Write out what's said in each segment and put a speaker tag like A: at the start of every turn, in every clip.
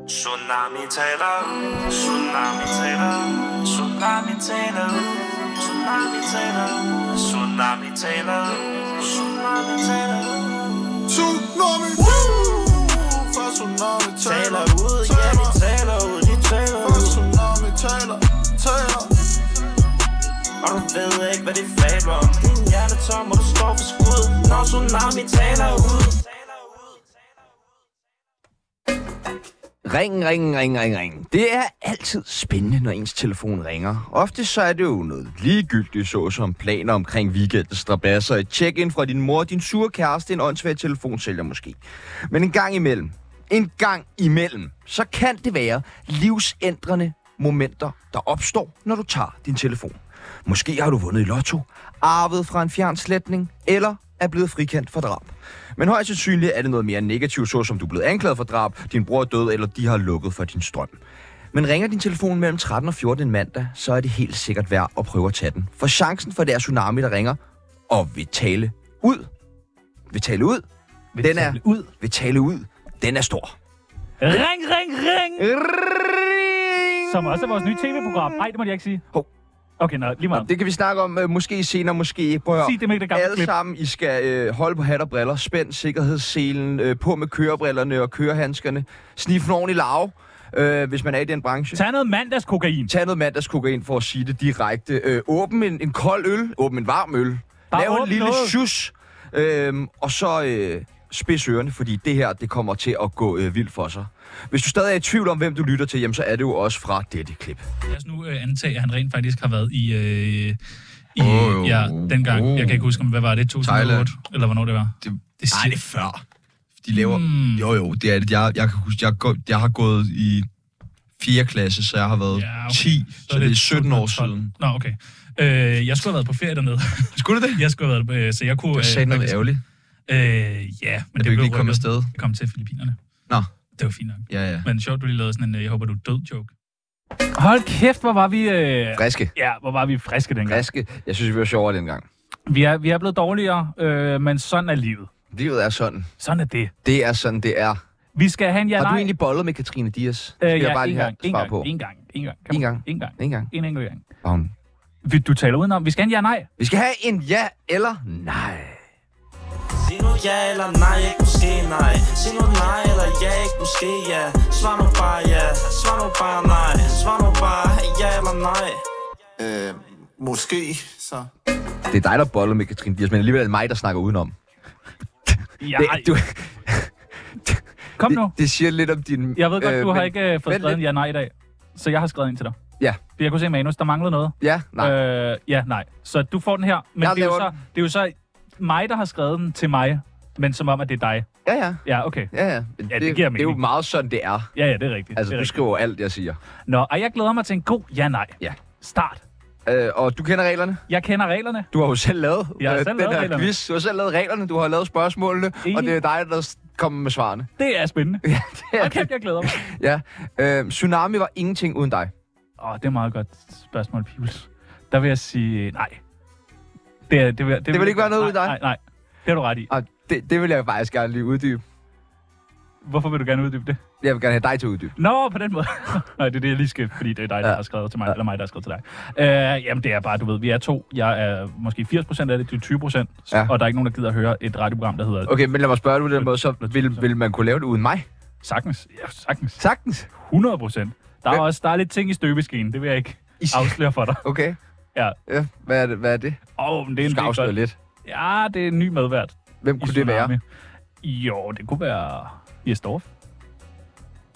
A: Tsunami taler, tsunami taler, tsunami taler, tsunami taler, tsunami taler, tsunami taler.
B: Tsunami Fra tsunami
A: Taler
B: taler
A: ud, ja de taler ud, de taler
B: Fra
A: ud.
B: tsunami taler Taler
A: Og du ved ikke, hvad de fabler om Din hjerte tom, og du står for skud Når tsunami taler ud
C: Ring, ring, ring, ring, ring. Det er altid spændende, når ens telefon ringer. Ofte så er det jo noget ligegyldigt, såsom planer omkring weekendens strabasser, et check-in fra din mor, din sure kæreste, en åndssvær telefonsælger måske. Men en gang imellem, en gang imellem, så kan det være livsændrende momenter, der opstår, når du tager din telefon. Måske har du vundet i lotto, arvet fra en fjern slætning, eller er blevet frikendt for drab. Men højst sandsynligt er det noget mere negativt, såsom du er blevet anklaget for drab, din bror er død, eller de har lukket for din strøm. Men ringer din telefon mellem 13 og 14 en mandag, så er det helt sikkert værd at prøve at tage den. For chancen for, at det er tsunami, der ringer, og vil tale ud, vil tale ud, vil den tale er, ud. vil tale ud, den er stor.
D: Ring, ring, ring!
C: Ring!
D: Som også er vores nye tv-program. Nej, det må jeg ikke sige.
C: Hov.
D: Okay, nå, lige meget.
C: Det kan vi snakke om øh, måske senere, måske ikke. Prøv at høre.
D: Sig det med det gamle
C: Alle
D: klip.
C: sammen, I skal øh, holde på hat og briller, spænd sikkerhedsselen, øh, på med kørebrillerne og kørehandskerne, snif en ordentlig lav, øh, hvis man er i den branche.
D: Tag noget mandagskokain.
C: Tag noget mandagskokain for at sige det direkte. Øh, åbn en, en kold øl, åbn en varm øl,
D: Bare
C: lav en
D: åbn
C: lille
D: noget.
C: sjus, øh, og så øh, spids ørerne, fordi det her det kommer til at gå øh, vildt for sig. Hvis du stadig er i tvivl om, hvem du lytter til, jamen, så er det jo også fra dette klip.
E: Lad os nu øh, antage, at han rent faktisk har været i... Øh, i
F: Åh,
E: oh,
F: jo.
E: ja, dengang. Oh. Jeg kan ikke huske, om- hvad var det? 2008?
F: Thailand.
E: Eller hvornår det var?
F: Det,
E: Det
F: nej, det er før. De laver... Mm. Jo, jo, det er det. Jeg, jeg kan huske, jeg, går, jeg har gået i 4. klasse, så jeg har været
E: Ja,
F: ja,
E: okay.
F: 10, så, så det, det er 17 år
E: 2012.
F: siden.
E: Nå, okay. Øh, jeg skulle have været på ferie dernede.
F: Skulle du det?
E: jeg skulle have været på, øh, så jeg kunne...
F: Det var sagde noget
E: faktisk-
F: ærgerligt,
E: Øh, ja,
F: at
E: men det
F: du ikke
E: blev
F: lige kom
E: rykket.
F: afsted.
E: Jeg kom til Filippinerne.
F: Nå,
E: Det var fint nok.
F: ja, ja.
E: Men sjovt, du lige lavede sådan en, øh, jeg håber, du er død joke.
D: Hold kæft, hvor var vi... Øh...
C: Friske.
D: Ja, hvor var vi friske dengang. Øh,
C: Friske. Jeg synes, vi var sjovere dengang.
D: Vi er, vi er blevet dårligere, øh, men sådan er livet.
C: Livet er sådan.
D: Sådan er det.
C: Det er sådan, det er.
D: Vi skal have en ja
C: Har du
D: nej.
C: egentlig bollet med Katrine Dias? Det
D: Øh,
C: skal jeg
D: ja,
C: bare
D: en
C: lige have
D: gang, en
C: svar
D: gang,
C: på.
D: En gang, en gang.
C: En gang.
D: En gang.
C: En gang.
D: En enkelt gang.
C: Var hun-
D: Vi, du taler udenom. Vi skal have en ja nej.
C: Vi skal have en ja eller nej.
A: Sig nu ja eller nej, ikke måske nej Sig nu nej eller ja, ikke måske ja Svar nu bare ja, svar nu bare nej Svar nu bare ja eller nej
B: Øh, måske så
C: Det er dig, der boller med Katrine Dias, men alligevel er det mig, der snakker udenom.
D: Ja,
C: Det, du,
D: Kom nu.
C: det, det siger lidt om din...
D: Jeg ved godt, øh, du har
C: men-
D: ikke øh, fået
C: vent
D: skrevet en
C: lidt.
D: ja nej i dag. Så jeg har skrevet en til dig.
C: Ja.
D: For jeg kunne se manus, der manglede noget.
C: Ja, nej. Øh,
D: Øh, ja, nej. Så du får den her. Men
C: Jeg
D: det er, jo
C: laver
D: så, det er jo så mig, der har skrevet den til mig. Men som om, at det er dig.
C: ja, ja.
D: Ja, okay.
C: Ja, ja. Men
D: Ja, det
C: det
D: giver
C: det er jo
D: mening.
C: meget sådan, det er.
D: Ja, ja, det er rigtigt.
C: Altså,
D: det er
C: du
D: rigtigt.
C: skriver alt, jeg siger.
D: Nå, og jeg glæder mig til en god ja-nej.
C: Ja.
D: Start.
C: Øh, og du kender reglerne.
D: Jeg kender reglerne.
C: Du har jo selv lavet øh,
D: Jeg har selv
C: den
D: lavet
C: her
D: reglerne.
C: quiz. Du har selv lavet reglerne, du har lavet spørgsmålene,
D: Enig.
C: og det er dig, der s- kommer med svarene.
D: Det er spændende.
C: Ja, det er
D: Hold kæft, jeg glæder mig.
C: Ja. Øh, tsunami var ingenting uden dig.
D: Åh, oh, det er meget godt spørgsmål, Pibels. Der vil jeg sige øh, nej. Det, er, det, vil, det,
C: vil ikke være noget
D: nej,
C: ud af dig?
D: Nej, nej. Det har du ret i.
C: Og det, det vil jeg faktisk gerne lige uddybe.
D: Hvorfor vil du gerne uddybe det?
C: Jeg vil gerne have dig til at uddybe.
D: Nå, på den måde. nej, det er det, jeg lige skal, fordi det er dig, der
C: Ja.
D: har skrevet til mig, eller mig, der har skrevet til dig. Øh, jamen, det er bare, du ved, vi er to. Jeg er måske 80% af det, du er 20%,
C: Ja.
D: ja. og der er ikke nogen, der gider at høre et radioprogram, der hedder okay.
C: Okay, men lad mig spørge dig på den måde, så vil, vil man kunne lave det uden mig?
D: Sagtens. Ja, sagtens.
C: Sagtens.
D: 100%. Der er
C: Hvem-
D: også der er lidt ting i støbeskeen, det vil jeg ikke
C: I-
D: afsløre for dig.
C: Okay.
D: Ja.
C: ja. Hvad er det? Hvad er det?
D: Åh, oh, men det er
C: Du
D: en
C: skal
D: del
C: afsløre
D: godt.
C: lidt.
D: Ja, det er en ny medvært.
C: Hvem
D: i
C: kunne det være?
D: Tsunami. Jo, det kunne være Jesdorf.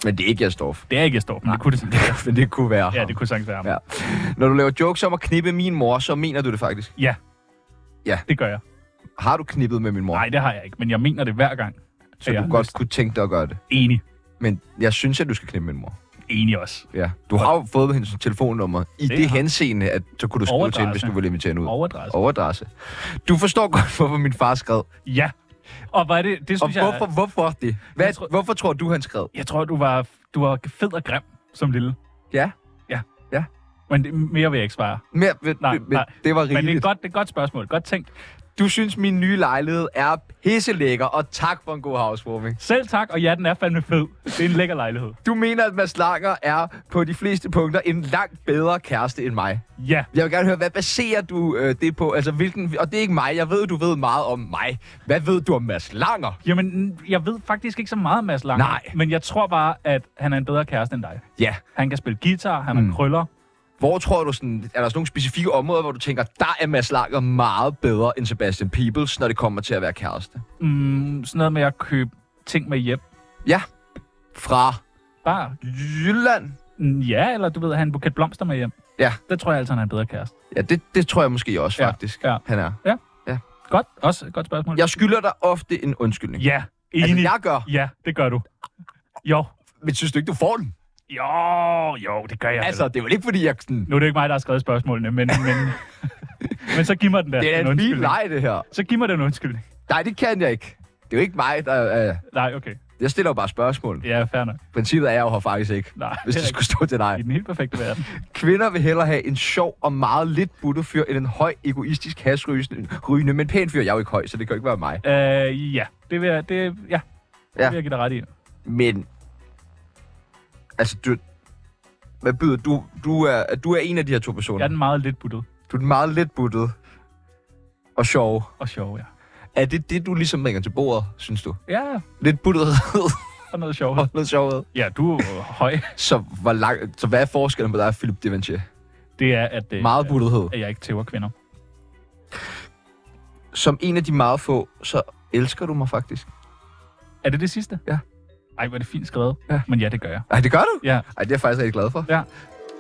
C: Men det er ikke Jastorf.
D: Det er ikke Jesdorf, men det kunne det simpelthen være.
C: Men det kunne være
D: Ja,
C: ham.
D: det kunne sagtens være.
C: Ja.
D: Ja.
C: Når du laver jokes om at knippe min mor, så mener du det faktisk.
D: ja.
C: Ja.
D: Det gør jeg.
C: Har du knippet med min mor?
D: Nej, det har jeg ikke, men jeg mener det hver gang.
C: så
D: jeg
C: du
D: har
C: godt
D: lyst.
C: kunne tænke dig at gøre det.
D: Enig.
C: Men jeg synes, at du skal knippe min mor.
D: Enig også.
C: Ja. Du har jo fået hendes telefonnummer i det,
D: Det
C: det
D: har-
C: henseende, at så kunne du skrive til hende, hvis
D: Overdrejse.
C: du ville invitere hende ud.
D: Overdrejse.
C: Overdrejse. Du forstår godt, hvorfor min far skrev.
D: Ja. Og var det, det
C: Og
D: synes
C: hvorfor,
D: jeg...
C: hvorfor det? Hvad,
D: Jeg tror-
C: Hvorfor tror du, han skrev?
D: Jeg tror, du var, du var fed og grim som lille.
C: Ja.
D: Men det, mere vil jeg ikke svare.
C: Mere, men,
D: Nej,
C: men,
D: nej.
C: Det var
D: Men det er,
C: rigeligt.
D: et godt, det er et godt spørgsmål. Godt tænkt.
C: Du synes, min nye lejlighed er pisselækker, og tak for en god housewarming.
D: Selv tak, og ja, den er fandme fed. Det er en lækker lejlighed.
C: Du mener, at Mads Langer er på de fleste punkter en langt bedre kæreste end mig.
D: Ja,
C: Jeg vil gerne høre, hvad baserer du øh, det på? Altså, hvilken... Og det er ikke mig. Jeg ved, du ved meget om mig. Hvad ved du om Mads Langer?
D: jamen, jeg ved faktisk ikke så meget om Mads Lange.
C: Nej.
D: Men jeg tror bare, at han er en bedre kæreste end dig.
C: Ja. Mm.
D: Han kan spille guitar, han har krøller.
C: Hvor tror du sådan... Er der sådan nogle specifikke områder, hvor du tænker, der er Mads Langer meget bedre end Sebastian Peebles, når det kommer til at være kæreste?
D: Mm, sådan noget med at købe ting med hjem.
C: Ja. Fra
D: Bare,
C: Jylland.
D: mm, ja, eller du ved, have en buket blomster med hjem.
C: Ja.
D: Det tror jeg altså, han er en bedre kæreste.
C: Ja, det, det tror jeg måske også,
D: Ja,
C: faktisk,
D: ja.
C: han er.
D: Godt, også et godt spørgsmål.
C: Jeg skylder dig ofte en undskyldning.
D: Ja, enig.
C: altså, jeg gør.
D: Ja, det gør du. Jo.
C: Men synes du ikke, du får den?
D: Jo, jo, det gør jeg.
C: Altså,
D: Altså,
C: det er vel ikke, fordi jeg... Sådan,
D: nu er det ikke mig, der har skrevet spørgsmålene, men, men, men så giv mig den der.
C: det er
D: den
C: en fin
D: undskyldning.
C: leg, det her.
D: Så giv mig den undskyldning.
C: Nej, det kan jeg ikke. Det er jo ikke mig, der... Øh,
D: Nej, okay.
C: jeg stiller jo bare spørgsmål.
D: Ja, fair nok.
C: Princippet er jeg jo her faktisk ikke,
D: Nej,
C: hvis
D: det er
C: det
D: rigtigt.
C: skulle stå til
D: I
C: dig.
D: den helt perfekte verden.
C: Kvinder vil hellere have en sjov og meget lidt buttet fyr, end en høj, egoistisk, hasrygende, men pæn fyr. Jeg er jo ikke høj, så det kan jo ikke være mig.
D: Øh, ja, det vil jeg, det, ja. Det
C: Ja.
D: vil jeg give dig ret i.
C: Men... Altså, du... Hvad byder du? Du er, du er en af de her to personer.
D: Jeg er den meget lidt buttet
C: Du er den meget let buttet og sjov.
D: og sjov, ja.
C: Er det det, du ligesom bringer til bordet, synes du?
D: Ja,
C: Lidt buttet
D: og noget sjov.
C: og noget sjovhed.
D: Ja, du er jo høj.
C: Så, hvor lang, så hvad er forskellen på dig og Philip Devanchier?
D: Det er, at, øh,
C: Meget buttethed.
D: at jeg ikke tæver kvinder.
C: Som en af de meget få, så elsker du mig faktisk.
D: Er det det sidste?
C: Ja.
D: Ej, hvor er det fint skrevet.
C: Ja.
D: Men ja, det gør jeg.
C: Ej, det gør du?
D: Ja.
C: Ej, det er jeg faktisk rigtig glad for.
D: Ja.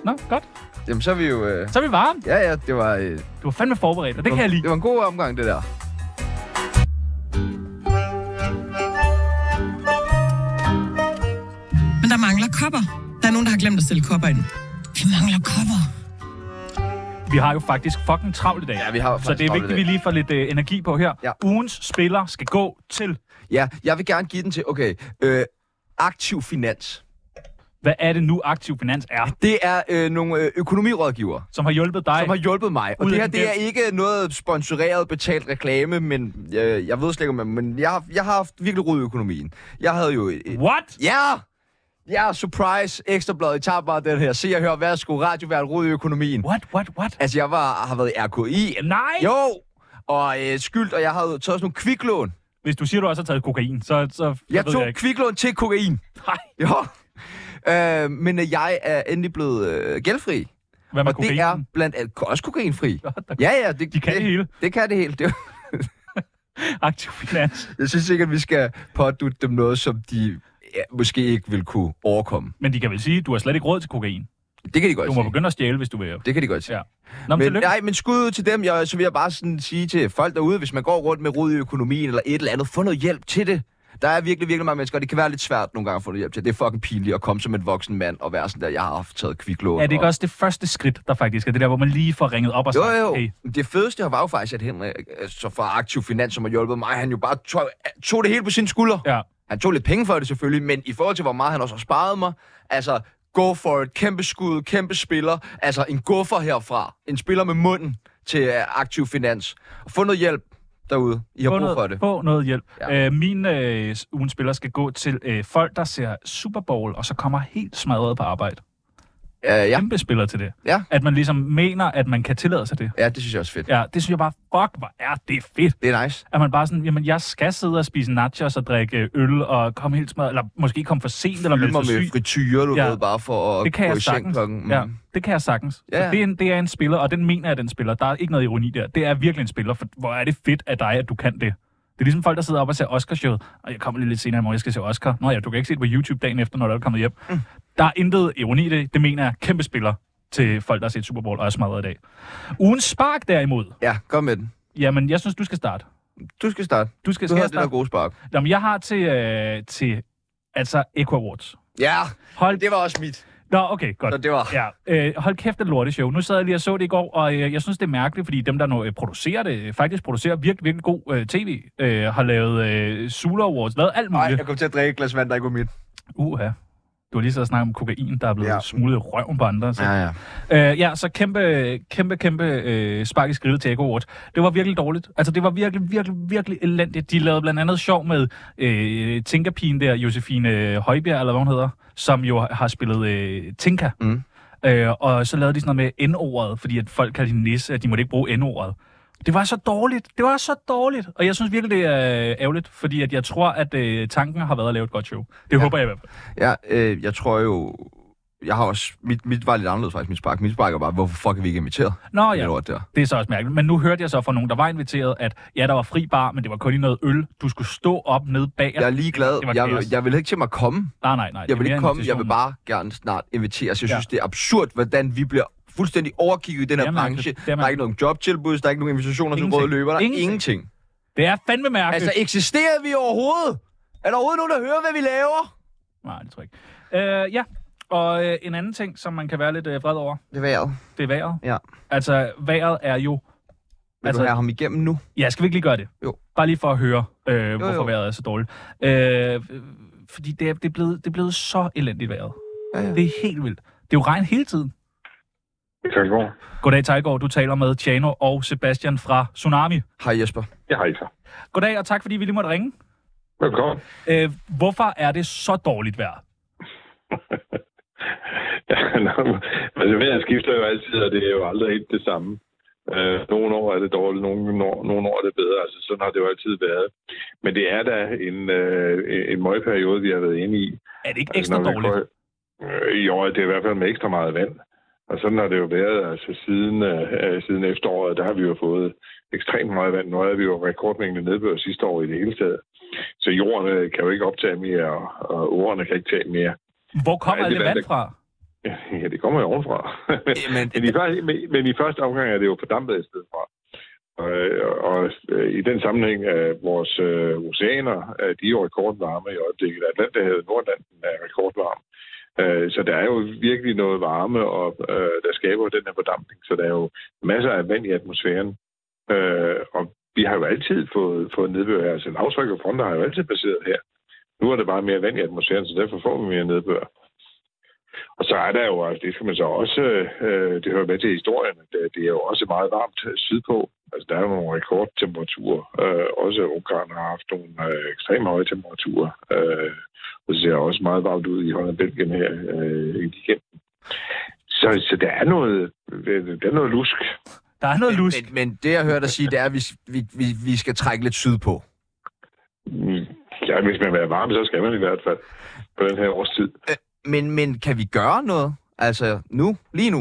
D: Nå, godt.
C: Jamen, så er vi jo... Øh...
D: Så er vi varme.
C: Ja, ja, det var... Øh...
D: Du var fandme forberedt, og det kan jeg lide.
C: Det var en god omgang, det der.
G: Men der mangler kopper. Der er nogen, der har glemt at stille kopper ind. Vi mangler kopper.
D: Vi har jo faktisk fucking travlt i dag.
C: Ja, vi har
D: Så
C: faktisk
D: det er
C: travlt i
D: vigtigt, at
C: dag.
D: vi lige får lidt øh, energi på her.
C: Ja.
D: Ugens spiller skal gå til...
C: Ja, jeg vil gerne give den til... Okay, øh, aktiv finans.
D: Hvad er det nu, Aktiv Finans er,
C: Det er øh, nogle øh, økonomirådgiver,
D: som har hjulpet dig?
C: som har hjulpet mig. Og
D: Ud
C: det
D: af
C: her,
D: den
C: det er
D: gæld.
C: ikke noget sponsoreret, betalt reklame, men øh, jeg ved slet ikke, om jeg- men jeg har, jeg har haft virkelig rod i økonomien. Jeg havde jo... et- et-
D: What?
C: Ja! Ja, surprise, ekstrabladet, I tager bare den her. Se og hør, værsgo, radiovært, rod i økonomien.
D: What, what, what?
C: Altså, jeg var, har været i RKI.
D: Nej!
C: Jo! Og øh, skyldt, og jeg havde taget sådan nogle kviklån.
D: Hvis du siger, du også har taget kokain, så, så så
C: Jeg
D: ved
C: tog
D: jeg ikke.
C: kviklån til kokain.
D: Nej,
C: Jo. Øh, men øh, jeg er endelig blevet øh, gældfri.
D: hvad med
C: og
D: kokain?
C: det er blandt andet også kokainfri. Ja, ja. Det,
D: De kan det hele.
C: Det kan det hele. Det,
D: Aktiv Finans.
C: jeg synes ikke, at vi skal pådutte dem noget, som de ja, måske ikke vil kunne overkomme.
D: Men de kan vel sige, du har slet ikke råd til kokain.
C: Det kan de godt
D: Du må
C: sige.
D: begynde at stjæle, hvis du vil.
C: Det kan de godt sige.
D: Ja. Nå, men,
C: Men,
D: tillykke.
C: nej, men skud ud til dem. Jeg, så vil jeg bare sådan sige til folk derude, hvis man går rundt med rod i økonomien eller et eller andet, få noget hjælp til det. Der er virkelig, virkelig mange mennesker, og det kan være lidt svært nogle gange at få noget hjælp til. Det er fucking pinligt at komme som en voksen mand og være sådan der, jeg har haft taget kviklån.
D: Er det ikke
C: og-
D: også det første skridt, der faktisk er det der, hvor man lige får ringet op og
C: Jo,
D: sagt,
C: jo.
D: hey,
C: Men Det fedeste her var jo faktisk, at Henrik, øh, så fra Aktiv Finans, som har hjulpet mig, han jo bare tog, tog det hele på sine skuldre.
D: ja,
C: Han tog lidt penge for det selvfølgelig, men i forhold til, hvor meget han også har sparet mig, altså, go for it, kæmpe skud, kæmpe spiller, altså en guffer herfra, en spiller med munden til øh, Aktiv Finans. Og få noget hjælp derude, I har
D: få
C: brug for
D: noget,
C: det.
D: få noget hjælp.
C: Ja.
D: Ja. Øh, min øh, ugens spiller skal gå til øh, folk, der ser Super Bowl, og så kommer helt smadret på arbejde.
C: Øh, ja.
D: Kæmpe spiller til det.
C: Ja.
D: At man ligesom mener, at man kan tillade sig det.
C: ja, det synes jeg også er fedt.
D: Ja, det synes jeg bare, fuck, hvor er det fedt.
C: Det er nice.
D: at man bare sådan, jamen jeg skal sidde og spise nachos og drikke øh, øl og komme helt smadret, eller måske komme for sent eller
C: Fylde
D: melde
C: mig
D: sig
C: med
D: syg.
C: frityre, du ja.
D: Ja.
C: ved, bare for at
D: Det kan
C: gå
D: jeg
C: i seng
D: sagtens.
C: klokken. Mm.
D: Ja, det kan jeg sagtens.
C: Ja, ja.
D: Så det, er en, det er en spiller, og den mener jeg, den spiller. Der er ikke noget ironi der. Det er virkelig en spiller, for hvor er det fedt af dig, at du kan det. Det er ligesom folk, der sidder op og ser Oscarshowet. Og jeg kommer lige lidt senere i morgen, jeg skal se Oscar. Nå ja, du kan ikke se det på YouTube dagen efter, når du er kommet hjem. Mm. Der er intet ironi i det. Det mener jeg kæmpe spiller til folk, der har set Super Bowl og er smadret i dag. Ugen spark derimod.
C: ja, kom med den.
D: Jamen, jeg synes, du skal starte.
C: Du skal starte.
D: Du skal,
C: Du
D: skal
C: har
D: jeg
C: det der
D: starte?
C: gode spark.
D: Jamen, jeg har til, øh, til altså Echo Awards.
C: Ja,
D: Hold...
C: det var også mit.
D: Nå, okay, godt.
C: Så det var...
D: Ja, øh, hold kæft, det lorte show. Nu sad jeg lige og så det i går, og øh, jeg synes, det er mærkeligt, fordi dem, der nu øh, producerer det, øh, faktisk producerer virkelig, virkelig god øh, tv, øh, har lavet øh, Sula Awards, lavet alt
C: Nej,
D: muligt.
C: jeg kom til at drikke et glas vand, der ikke var mit.
D: Uha. Det Du har lige siddet og snakket om kokain, der er blevet
C: Ja.
D: ja. smuglet i røven på andre. Så.
C: Ja, ja.
D: Øh, ja, så kæmpe, kæmpe, kæmpe øh, spark i skridtet til Echo Awards. Det var virkelig dårligt. Altså, det var virkelig, virkelig, virkelig elendigt. De lavede blandt andet sjov med øh, Tinkerpigen der, Josefine Højbjerg, eller hvad hun hedder, som jo har spillet øh, Tinka.
C: Mm.
D: Øh, og så lavede de sådan noget med N-ordet, fordi at folk kaldte hende nisse, at de måtte ikke bruge N-ordet. Det var så dårligt. Det var så dårligt. Og jeg synes virkelig, det er øh, ærgerligt, fordi at jeg tror, at øh, tanken har været at lave et godt show. Det ja. håber jeg i hvert fald.
C: Ja, øh, jeg tror jo... Jeg har også... Mit, mit var lidt anderledes faktisk, mit spark. Mit spark var bare, hvorfor fuck er vi ikke inviteret?
D: Nå
C: Det
D: ja,
C: lort der.
D: Det er så også mærkeligt. Men nu hørte jeg så fra nogen, der var inviteret, at ja, der var fri bar, men det var kun i noget øl. Du skulle stå op nede bag.
C: Jeg er ligeglad.
D: Det var
C: Jeg, vil-
D: kaos.
C: jeg vil ikke til mig komme.
D: Nej, nej, nej.
C: Jeg vil
D: det er mere
C: ikke komme. Jeg vil
D: invitationen.
C: bare gerne snart inviteres. Jeg
D: Ja.
C: synes, det er absurd, hvordan vi bliver fuldstændig overkigget i den her
D: Det er mærkeligt.
C: branche.
D: Det er
C: Der er ikke
D: mærkeligt.
C: nogen jobtilbud, der er ikke nogen invitationer til
D: Ingenting.
C: røde løber, der er
D: Ingenting.
C: ingenting.
D: Det er fandme mærkeligt.
C: Altså,
D: Altså,
C: eksisterer vi overhovedet? Er der overhovedet nogen, der hører, hvad vi laver?
D: Nej, det tror jeg ikke. Øh, ja, og øh, en anden ting, som man kan være lidt øh, vred over,
C: Det er vejret.
D: det er vejret.
C: Ja.
D: Altså, vejret er jo...
C: Vil altså, du have ham igennem nu?
D: Ja, skal vi ikke lige gøre det?
C: Jo.
D: Bare lige for at høre, øh, jo, hvorfor
C: jo.
D: jo. vejret er så dårligt. Øh, øh, fordi det er, det, er blevet, det er blevet så elendigt vejret.
C: Ja, ja.
D: Det er helt vildt. Det er jo regn hele tiden.
H: Tøjgaard.
D: Goddag, Tejlgaard. Du taler med Tjano og Sebastian fra Tsunami.
C: Hej Jesper.
H: Det har I så.
D: Goddag, og tak fordi vi lige måtte ringe.
H: Velkommen.
D: Øh, hvorfor er det så dårligt vejr?
H: Ja, nå, altså, vejret skifter jo altid, og det er jo aldrig helt det samme. Øh, nogle år er det dårligt, nogle, år- nogle år er det bedre. Altså, sådan har det jo altid været. Men det er da en, øh, en møgperiode, vi har været inde i.
D: Er det ikke
H: Altså,
D: ekstra
H: når vi
D: dårligt?
H: går- Øh, jo, det er i hvert fald med ekstra meget vand. Og sådan har det jo været altså, siden, øh, øh, siden efteråret. Der har vi jo fået ekstremt meget vand. Nu havde vi jo rekordmængde nedbør sidste år i det hele taget. Så jorden øh, kan jo ikke optage mere, og, og årene kan ikke tage mere.
D: Hvor kommer
H: Nej,
D: alt
H: det
D: det
H: er
D: vand
H: det.
D: fra?
H: Ja, det kommer jo ovenfra.
C: Jamen,
H: men, i første, men, men i første omgang er det jo fordampet et sted fra. Og, og øh, i den sammenhæng af vores øh, oceaner, øh, de er jo rekordvarme i øjeblikket. Atlanterhavet, Nordatlanten er rekordvarm. Øh, så der er jo virkelig noget varme, og øh, der skaber jo den her fordampning. Så der er jo masser af vand i atmosfæren. Øh, og vi har jo altid fået, fået nedbør her. Altså lavtryk og fronter har jo altid baseret her. Nu er der bare mere vand i atmosfæren, så derfor får vi mere nedbør. Og så er der jo, altså, det skal man så også, øh, det hører med til historien, at øh, det er jo også meget varmt øh, sydpå. Altså, der er jo nogle rekordtemperaturer. Øh, også Ungarn har haft nogle øh, ekstremt høje temperaturer. Øh, og det ser også meget varmt ud i Holland og Belgien her øh, i weekenden. Så, så der er noget, øh, der er noget lusk.
D: Der er noget lusk.
C: men, men det, jeg hører dig sige, det er, at vi, vi, vi, vi skal trække lidt syd på.
H: Mm, Ja, hvis man vil være varm, så skal man i hvert fald på den her årstid.
C: Men, men kan vi gøre noget? Altså, nu? Lige nu?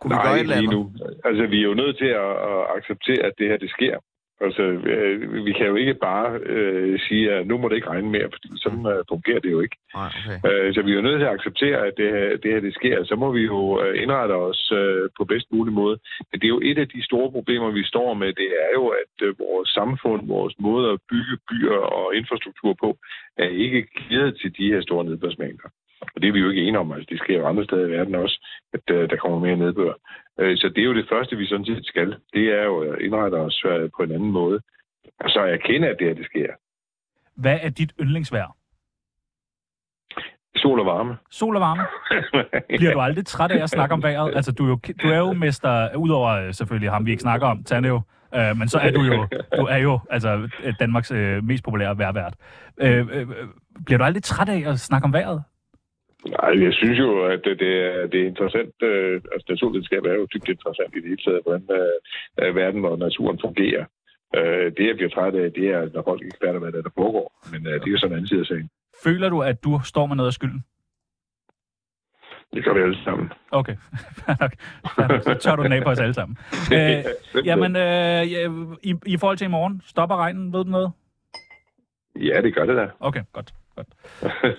C: Kunne vi
H: Nej,
C: gøre et eller andet?
H: lige nu. Altså, vi er jo nødt til at, at acceptere, at det her, det sker. Altså, øh, vi kan jo ikke bare øh, sige, at nu må det ikke regne mere, fordi sådan øh, fungerer det jo ikke.
C: Nej, okay.
H: Øh, så vi er jo nødt til at acceptere, at det her, det her, det sker. Så må vi jo øh, indrette os øh, på bedst mulig måde. Men det er jo et af de store problemer, vi står med. Det er jo, at øh, vores samfund, vores måde at bygge byer og infrastruktur på, er ikke givet til de her store nedbørsmængder. Og det er vi jo ikke enige om. Altså, det sker jo andre steder i verden også, at øh, der kommer mere nedbør. Øh, så det er jo det første, vi sådan set skal. Det er jo at indrette os øh, på en anden måde. Og så erkende, at det her, det sker.
D: Hvad er dit yndlingsvejr?
H: Sol og varme.
D: Sol og varme. Bliver du aldrig træt af at snakke om vejret? Altså, du er jo, du er jo mester, udover øh, selvfølgelig ham, vi ikke snakker om, Tandev. Øh, men så er du jo, du er jo altså, øh, Danmarks øh, mest populære vejrvært. Øh, øh, øh, bliver du aldrig træt af at snakke om vejret?
H: Nej, jeg synes jo, at det, det, er, det er interessant. Øh, altså, naturvidenskab er jo dybt interessant i det hele taget, hvordan øh, øh, verden og naturen fungerer. Øh, det, jeg bliver træt af, det er, når folk ikke fatter, hvad der, der foregår. Men øh, det er jo sådan en anden side af sagen.
D: Føler du, at du står med noget af skylden?
H: Det gør vi alle sammen.
D: Okay, fair nok. Fair nok. Så tør du den af på os alle sammen. Øh, jamen, øh, ja, i, i forhold til i morgen, stopper regnen, ved du noget?
H: Ja, det gør det da.
D: Okay, godt. godt.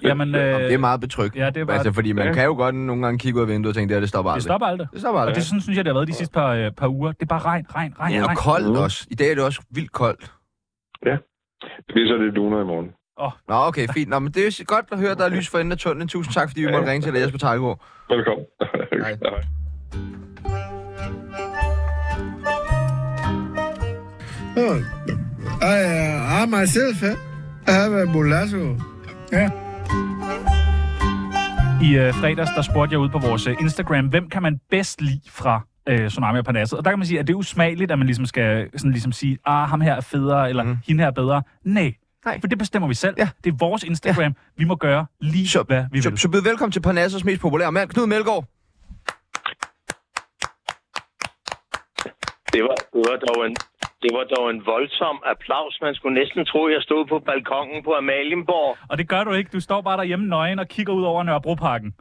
D: Jamen, øh,
C: Jamen, det er meget betryggende.
D: ja, det er bare-
C: altså, fordi man kan jo godt nogle gange kigge ud af vinduet og tænke, det her, det stopper aldrig.
D: det stopper aldrig.
C: Det stopper
D: Og
C: aldrig.
D: det sådan, synes jeg, det har været de sidste par, øh, par uger. Det er bare regn, regn, regn,
C: Ja, og
D: regn.
C: koldt også. I dag er det også vildt koldt.
H: Det bliver så lidt luner i morgen.
C: Nå, okay, fint. Nå, men det er godt at høre, der er lys for enden af tunnelen. Tusind tak, fordi vi måtte ringe til dig, Jesper Tejlgaard.
H: Velkommen.
C: Hej.
H: Hej.
I: Oh, I, uh, I myself, eh? I have a mulatto. Yeah.
D: I øh, fredags, der spurgte jeg ud på vores øh, Instagram, hvem kan man bedst lide fra øh, Tsunami og Parnasset? Og der kan man sige, at det er usmageligt, at man ligesom skal sådan ligesom sige, ah, ham her er federe, eller mm. hende her er bedre. Nej,
C: Nej.
D: for det bestemmer vi selv.
C: Ja.
D: Det er vores Instagram. Ja. Vi må gøre lige,
C: Så-
D: hvad vi
C: Så,
D: vil.
C: så byd velkommen til Parnassos mest populære mand, Knud Melgaard.
J: Det var, det var dog en... Det var dog en voldsom applaus. Man skulle næsten tro, at jeg stod på balkongen på Amalienborg.
D: Og det gør du ikke. Du står bare derhjemme nøgen og kigger ud over Nørrebroparken.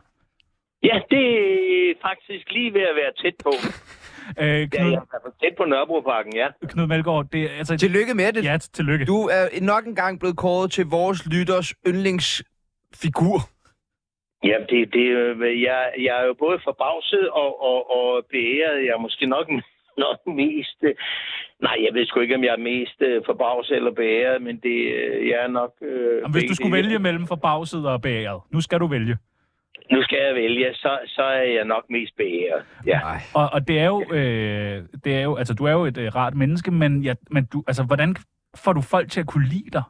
J: Ja, det er faktisk lige ved at være tæt på.
D: Øh,
J: Ja,
D: Knud,
J: jeg er tæt på Nørrebroparken, ja.
D: Knud Melgaard, det er altså...
C: Tillykke med det.
D: Ja, tillykke. Du...
C: Du er nok engang blevet kåret til vores lytters yndlingsfigur.
J: Ja, det, det, øh, jeg, jeg er jo både forbavset og, og, og beæret. Jeg er måske nok, nok mest... øh, Nej, jeg ved sgu ikke, om jeg er mest øh, forbavset eller beæret, men det, øh, jeg er nok... Øh,
D: Jamen, hvis du
J: begge
D: skulle
J: dele.
D: vælge mellem forbavset og beæret, nu skal du vælge.
J: Nu skal jeg vælge, så, så er jeg nok mest beæret. Ja.
C: Nej.
D: Og, og det er jo, øh, det er jo, altså du er jo et øh, rart menneske, men, ja, men du, altså, hvordan får du folk til at kunne lide dig?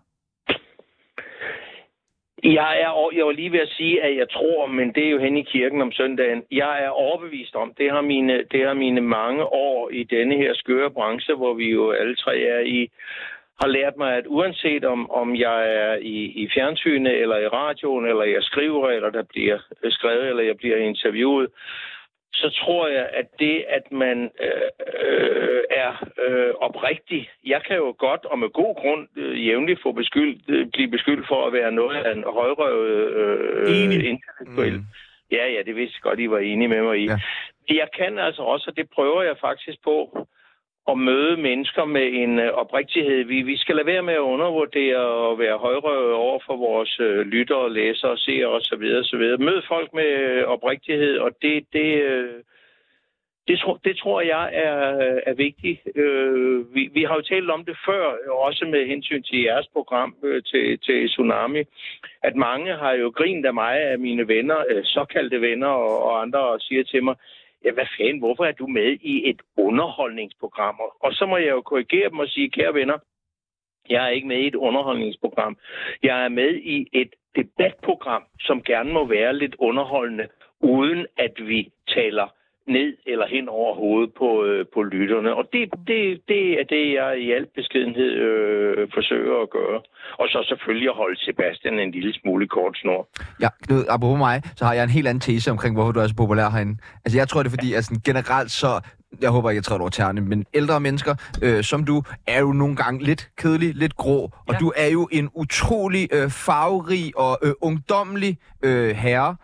J: Jeg er, over- jeg var lige ved at sige, at jeg tror, men det er jo hen i kirken om søndagen. Jeg er overbevist om, det har mine, det har mine mange år i denne her skøre branche, hvor vi jo alle tre er i, har lært mig, at uanset om, om jeg er i, i fjernsynet, eller i radioen, eller jeg skriver, eller der bliver skrevet, eller jeg bliver interviewet, så tror jeg, at det, at man øh, øh, er øh, oprigtig, jeg kan jo godt og med god grund øh, jævnligt få beskyldt, øh, blive beskyldt for at være noget af en højrøvet øh,
D: Enig.
J: intellektuel. Mm. Ja, ja, det vidste jeg godt, I var enige med mig i.
C: Ja.
J: Ja. Jeg kan altså også, og det prøver jeg faktisk på, at møde mennesker med en øh, oprigtighed. Vi, vi skal lade være med at undervurdere og være højrøvet over for vores øh, lyttere, læsere, seere osv. osv. Mød folk med øh, oprigtighed, og det, det, øh, det, tro, det tror jeg er, er vigtigt. Øh, vi, vi har jo talt om det før, også med hensyn til jeres program øh, til, til Tsunami, at mange har jo grint af mig, af mine venner, øh, såkaldte venner og, og andre, og siger til mig, ja, hvad fanden, hvorfor er du med i et underholdningsprogram? Og- Og så må jeg jo korrigere dem og sige, kære venner, jeg er ikke med i et underholdningsprogram. Jeg er med i et debatprogram, som gerne må være lidt underholdende, uden at vi taler ned eller hen over hovedet på, øh, på lytterne. Og det, det, det er det, jeg i al beskedenhed øh, forsøger at gøre. Og så selvfølgelig at holde Sebastian en lille smule kort snor.
C: Ja, Knud, apropos mig, så har jeg en helt anden tese omkring, hvorfor du er så populær herinde. Altså, jeg tror, det er fordi, at sådan generelt så... Jeg håber ikke, jeg træder over tærne, men ældre mennesker, øh, som du, er jo nogle gange lidt kedelig, lidt grå. Og
D: Ja.
C: du er jo en utrolig øh, farverig og øh, ungdommelig øh, herre.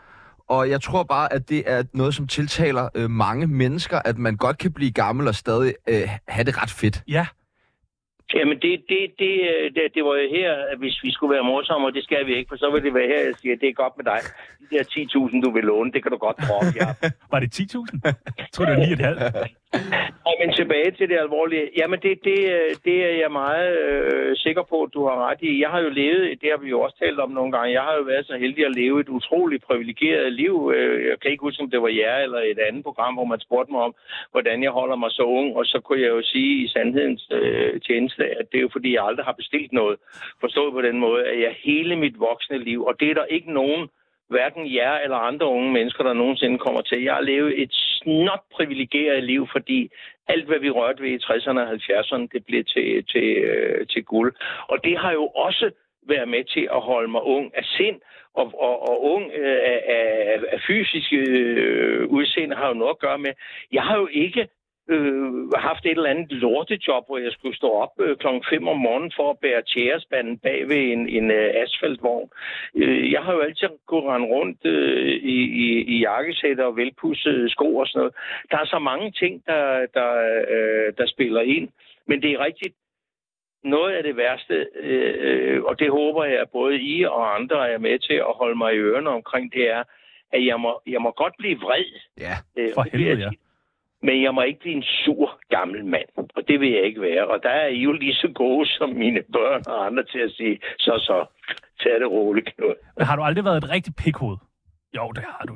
C: Og jeg tror bare, at det er noget, som tiltaler øh, mange mennesker, at man godt kan blive gammel og stadig øh, have det ret fedt.
D: Ja,
J: Jamen, det, det, det, øh, det, det var jo her, at hvis vi skulle være morsomme, og det skal vi ikke, for så vil det være her, jeg siger, det er godt med dig. De der 10.000, du vil låne, det kan du godt droppe, ja.
D: var det 10.000? Jeg tror, det var 9,5.
J: Og men tilbage til det alvorlige. Jamen, det, det, øh, det er jeg meget øh, sikker på, at du har ret i. Jeg har jo levet, det har vi jo også talt om nogle gange, jeg har jo været så heldig at leve et utroligt privilegeret liv. Øh, Jeg kan ikke huske, om det var jer eller et andet program, hvor man spurgte mig om, hvordan jeg holder mig så ung. Og så kunne jeg jo sige i sandhedens øh, tjeneste, at det er jo fordi, jeg aldrig har bestilt noget. Forstået på den måde, at jeg hele mit voksne liv, og det er der ikke nogen hverken jer eller andre unge mennesker, der nogensinde kommer til. Jeg har levet et snot privilegeret liv, fordi alt, hvad vi rørte ved i 60'erne og 70'erne, det blev til, til, øh, til guld. Og det har jo også været med til at holde mig ung af sind, og, og, og ung øh, af, af, af fysisk øh, udseende har jo noget at gøre med. Jeg har jo ikke øh, haft et eller andet lortejob, hvor jeg skulle stå op øh, klokken 5 om morgenen for at bære tjærespanden bag ved en, en øh, asfaltvogn. Øh, jeg har jo altid kunnet rende rundt øh, i, i, i jakkesæt og velpudsede sko og sådan noget. Der er så mange ting, der, der, øh, der spiller ind. Men det er rigtigt, noget af det værste, øh, øh, og det håber jeg, at både I og andre er med til at holde mig i ørerne omkring, det er, at jeg må, jeg må godt blive vred.
C: Ja.
J: Øh,
D: For
J: det vil
D: helvede,
J: jeg
D: ja.
J: sige. Men jeg må ikke blive en sur gammel mand, og det vil jeg ikke være. Og der er I jo lige så gode som mine børn og andre til at sige, så så, tag det roligt, Knud.
D: Har du aldrig været et rigtigt pikhoved? Jo, det har du.